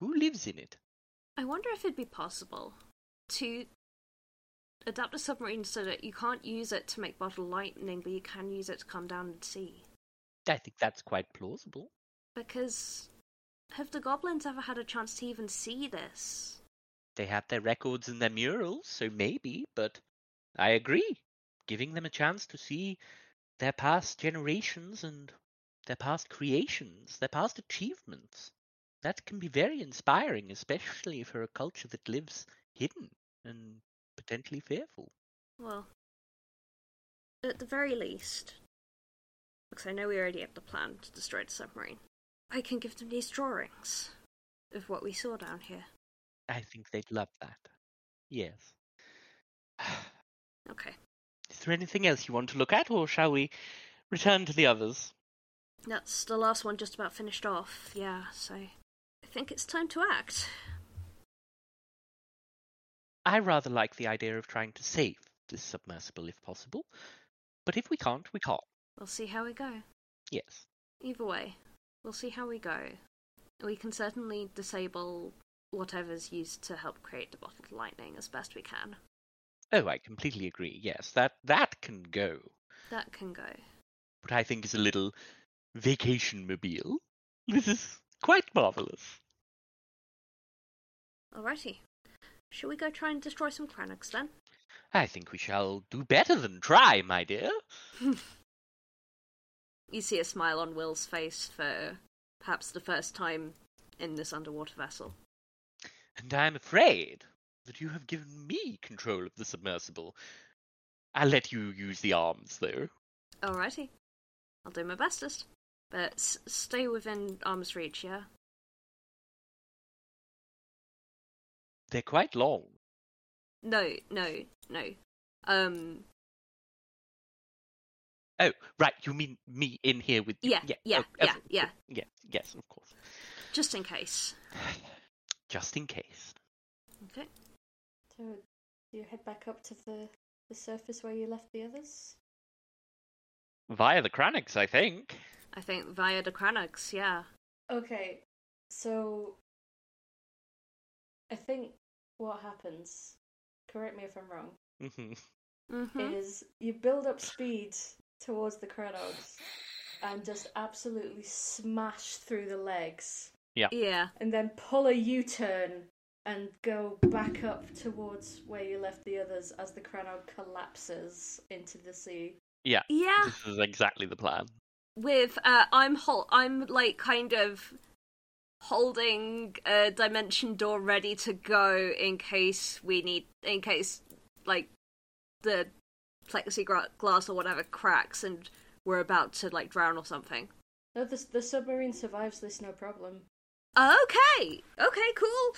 who lives in it. I wonder if it'd be possible to adapt a submarine so that you can't use it to make bottled lightning, but you can use it to come down and see. I think that's quite plausible. Because have the goblins ever had a chance to even see this? They have their records and their murals, so maybe, but I agree. Giving them a chance to see their past generations and their past creations, their past achievements, that can be very inspiring, especially for a culture that lives hidden and potentially fearful. Well, at the very least, because I know we already have the plan to destroy the submarine, I can give them these drawings of what we saw down here. I think they'd love that. Yes. Okay. Is there anything else you want to look at, or shall we return to the others? That's the last one just about finished off, yeah, so I think it's time to act. I rather like the idea of trying to save this submersible if possible, but if we can't, we can't. We'll see how we go. Yes. Either way, we'll see how we go. We can certainly disable whatever's used to help create the bottled lightning as best we can. Oh, I completely agree. Yes, that that can go. That can go. What I think is a little vacation mobile. This is quite marvelous. Alrighty. Shall we go try and destroy some Cranics then? I think we shall do better than try, my dear. You see a smile on Will's face for perhaps the first time in this underwater vessel. And I am afraid that you have given me control of the submersible. I'll let you use the arms, though. Alrighty. I'll do my bestest. But s- stay within arm's reach, yeah? They're quite long. No, no, no. Um, Oh, right. You mean me in here with you? Yeah, yeah, oh, yeah, of- yeah. yeah. Yes, of course. just in case. Just in case. Okay. So, do you head back up to the, the surface where you left the others? Via the Cranics, I think. I think via the Cranax, yeah. Okay, so I think what happens, correct me if I'm wrong, hmm Mm-hmm. is you build up speed towards the Cronogs and just absolutely smash through the legs Yeah. and then pull a U turn and go back up towards where you left the others as the Cronog collapses into the sea. Yeah. This is exactly the plan. With, uh, I'm hol- I'm like kind of holding a dimension door ready to go in case we need, in case, like, the plexiglass or whatever cracks and we're about to, like, drown or something. No, the, the submarine survives this no problem. Okay. Okay, cool.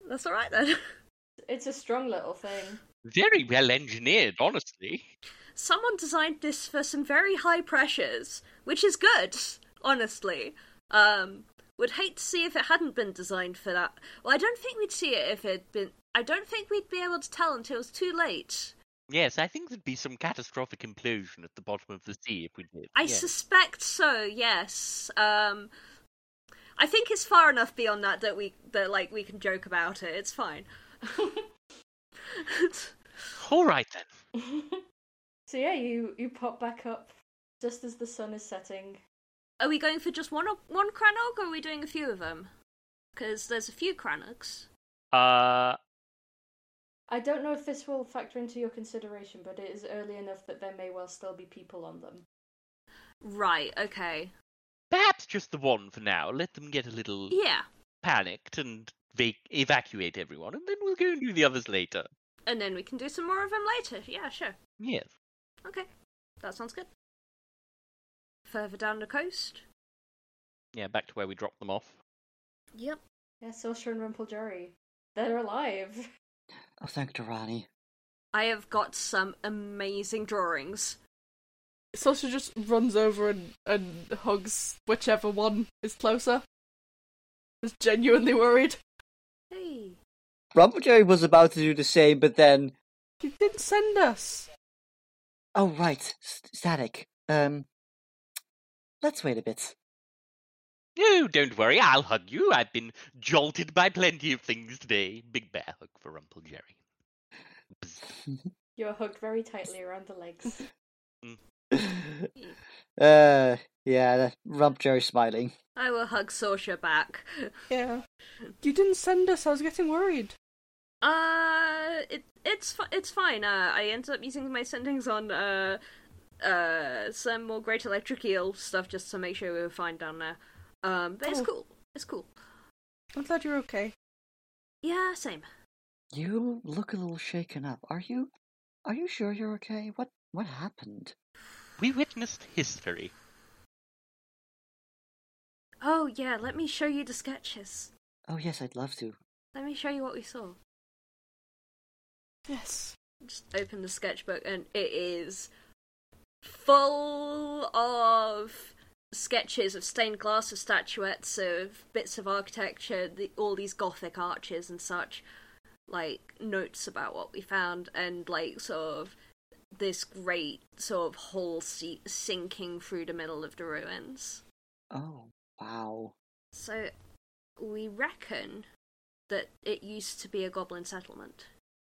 That's alright then. It's a strong little thing. Very well engineered, honestly. Someone designed this for some very high pressures, which is good, honestly. Um, would hate to see if it hadn't been designed for that. Well, I don't think we'd see it if it'd been I don't think we'd be able to tell until it's too late. Yes, I think there'd be some catastrophic implosion at the bottom of the sea if we did. I Yes. suspect so. Yes. Um, I think it's far enough beyond that that we that like we can joke about it. It's fine. All right then. so yeah, you you pop back up just as the sun is setting. Are we going for just one o- one Cranog, or are we doing a few of them? Because there's a few Cranogs. Uh, I don't know if this will factor into your consideration, but it is early enough that there may well still be people on them. Right. Okay. perhaps just the one for now. Let them get a little Yeah. panicked and vac- evacuate everyone, and then we'll go and do the others later. And then we can do some more of them later. Yeah. Sure. Yes. Okay. That sounds good. Further down the coast. Yeah, back to where we dropped them off. Yep. Yeah, Sorcerer and Rumpeljury. They're alive. Oh, thank you, Ronnie. I have got some amazing drawings. Sasha just runs over and, and hugs whichever one is closer. Is genuinely worried. Hey. Rumplejerry was about to do the same, but then You didn't send us. oh right, st- static. Um, let's wait a bit. No, don't worry, I'll hug you. I've been jolted by plenty of things today. Big bear hug for Rumple Jerry. You're hugged very tightly around the legs. Uh, yeah, Rumplejerry smiling. I will hug Sorsha back. Yeah. You didn't send us. I was getting worried. Uh, it it's fi- it's fine. Uh, I ended up using my sendings on uh, uh, some more Great Electric Eel stuff just to make sure we were fine down there. Um, but it's Oh. cool. It's cool. I'm glad you're okay. Yeah, same. You look a little shaken up. Are you? Are you sure you're okay? What? What happened? We witnessed history. Oh yeah, let me show you the sketches. Oh yes, I'd love to. Let me show you what we saw. Yes. Just open the sketchbook, and it is full of sketches of stained glass of statuettes, of bits of architecture, the, all these Gothic arches and such. Like notes about what we found, and like sort of this great sort of hole se- sinking through the middle of the ruins. Oh wow. So we reckon that it used to be a goblin settlement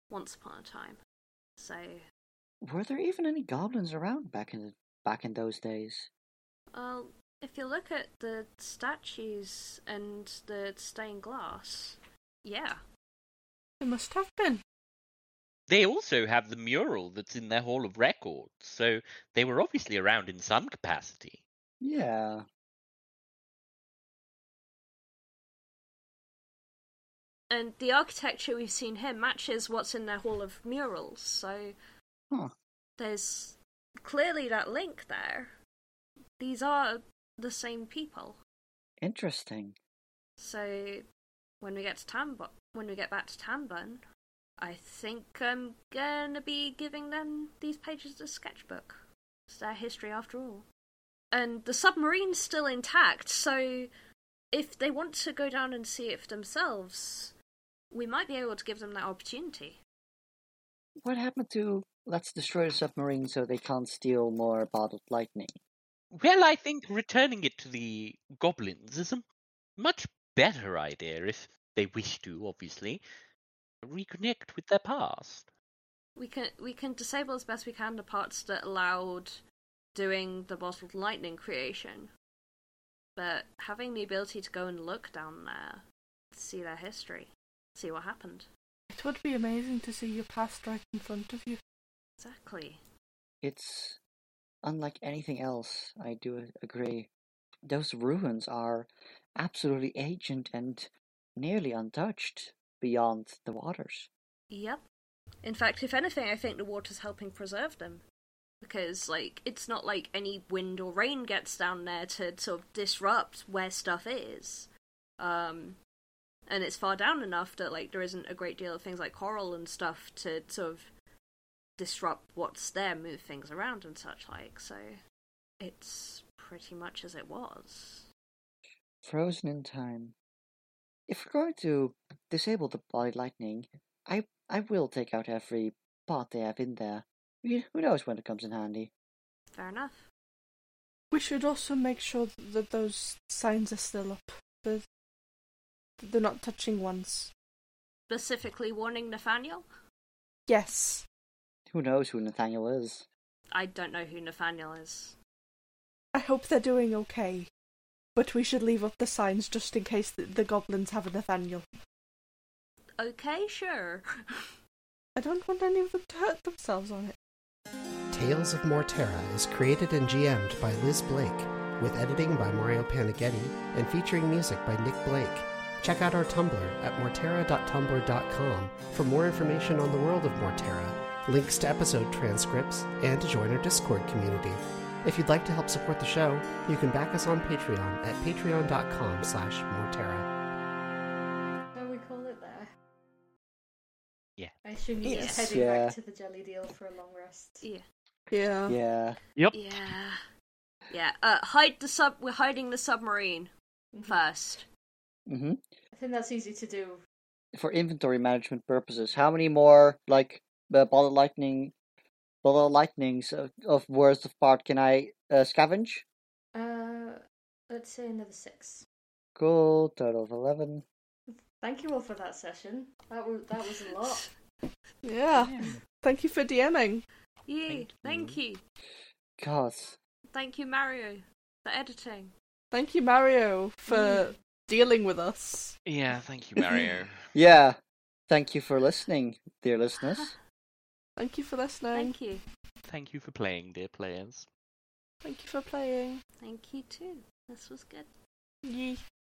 once upon a time. So Were there even any goblins around back in the, back in those days? Well, if you look at the statues and the stained glass, yeah. It must have been. They also have the mural that's in their Hall of Records, so they were obviously around in some capacity. Yeah. And the architecture we've seen here matches what's in their Hall of Murals, so Huh. there's clearly that link there. These are the same people. Interesting. So when we get to Tambun, when we get back to Tambun, I think I'm gonna be giving them these pages as sketchbook. It's their history after all. And the submarine's still intact, so if they want to go down and see it for themselves, we might be able to give them that opportunity. What happened to let's destroy the submarine so they can't steal more bottled lightning? Well, I think returning it to the goblins is a much better idea if they wish to, obviously, reconnect with their past. We can we can disable as best we can the parts that allowed doing the bottled lightning creation. But having the ability to go and look down there, see their history, see what happened. It would be amazing to see your past right in front of you. Exactly. It's unlike anything else. I do agree. Those ruins are absolutely ancient and nearly untouched beyond the waters. Yep. In fact, if anything, I think the water's helping preserve them. Because, like, it's not like any wind or rain gets down there to sort of disrupt where stuff is. Um, and it's far down enough that, like, there isn't a great deal of things like coral and stuff to sort of disrupt what's there, move things around and such like. So, it's pretty much as it was. Frozen in time. If we're going to disable the body lightning, I I will take out every part they have in there. You- Who knows when it comes in handy? Fair enough. We should also make sure that those signs are still up. That that they're not touching ones. Specifically warning Nathaniel. Yes. Who knows who Nathaniel is? I don't know who Nathaniel is. I hope they're doing okay. But we should leave up the signs just in case the, the goblins have a Nathaniel. Okay, sure. I don't want any of them to hurt themselves on it. Tales of Morterra is created and GM'd by Liz Blake, with editing by Mario Panaghetti and featuring music by Nick Blake. Check out our Tumblr at morterra.tumblr.com for more information on the world of Morterra, links to episode transcripts, and to join our Discord community. If you'd like to help support the show, you can back us on Patreon at patreon.com slash morterra. Shall Oh, we call it there? Yeah. I assume you're Yes. just heading Yeah. back to the jelly deal for a long rest. yeah. Yeah. Yeah. Yep. Yeah. Yeah. Uh, hide the sub. We're hiding the submarine Mm-hmm. first. hmm I think that's easy to do. For inventory management purposes, how many more like uh, bullet lightning, bullet lightnings of, of words of part can I uh, scavenge? Uh, let's say another six. Cool. Total of eleven. Thank you all for that session. That was that was a lot. Yeah. Thank you for DMing. Yeah. Thank Thank you. God. Thank you, Mario, for editing. Thank you, Mario, for dealing with us. Yeah, thank you, Mario. Yeah. Thank you for listening, dear listeners. Thank you for listening. Thank you. thank you for playing, dear players. Thank you for playing. Thank you too. This was good. Yee.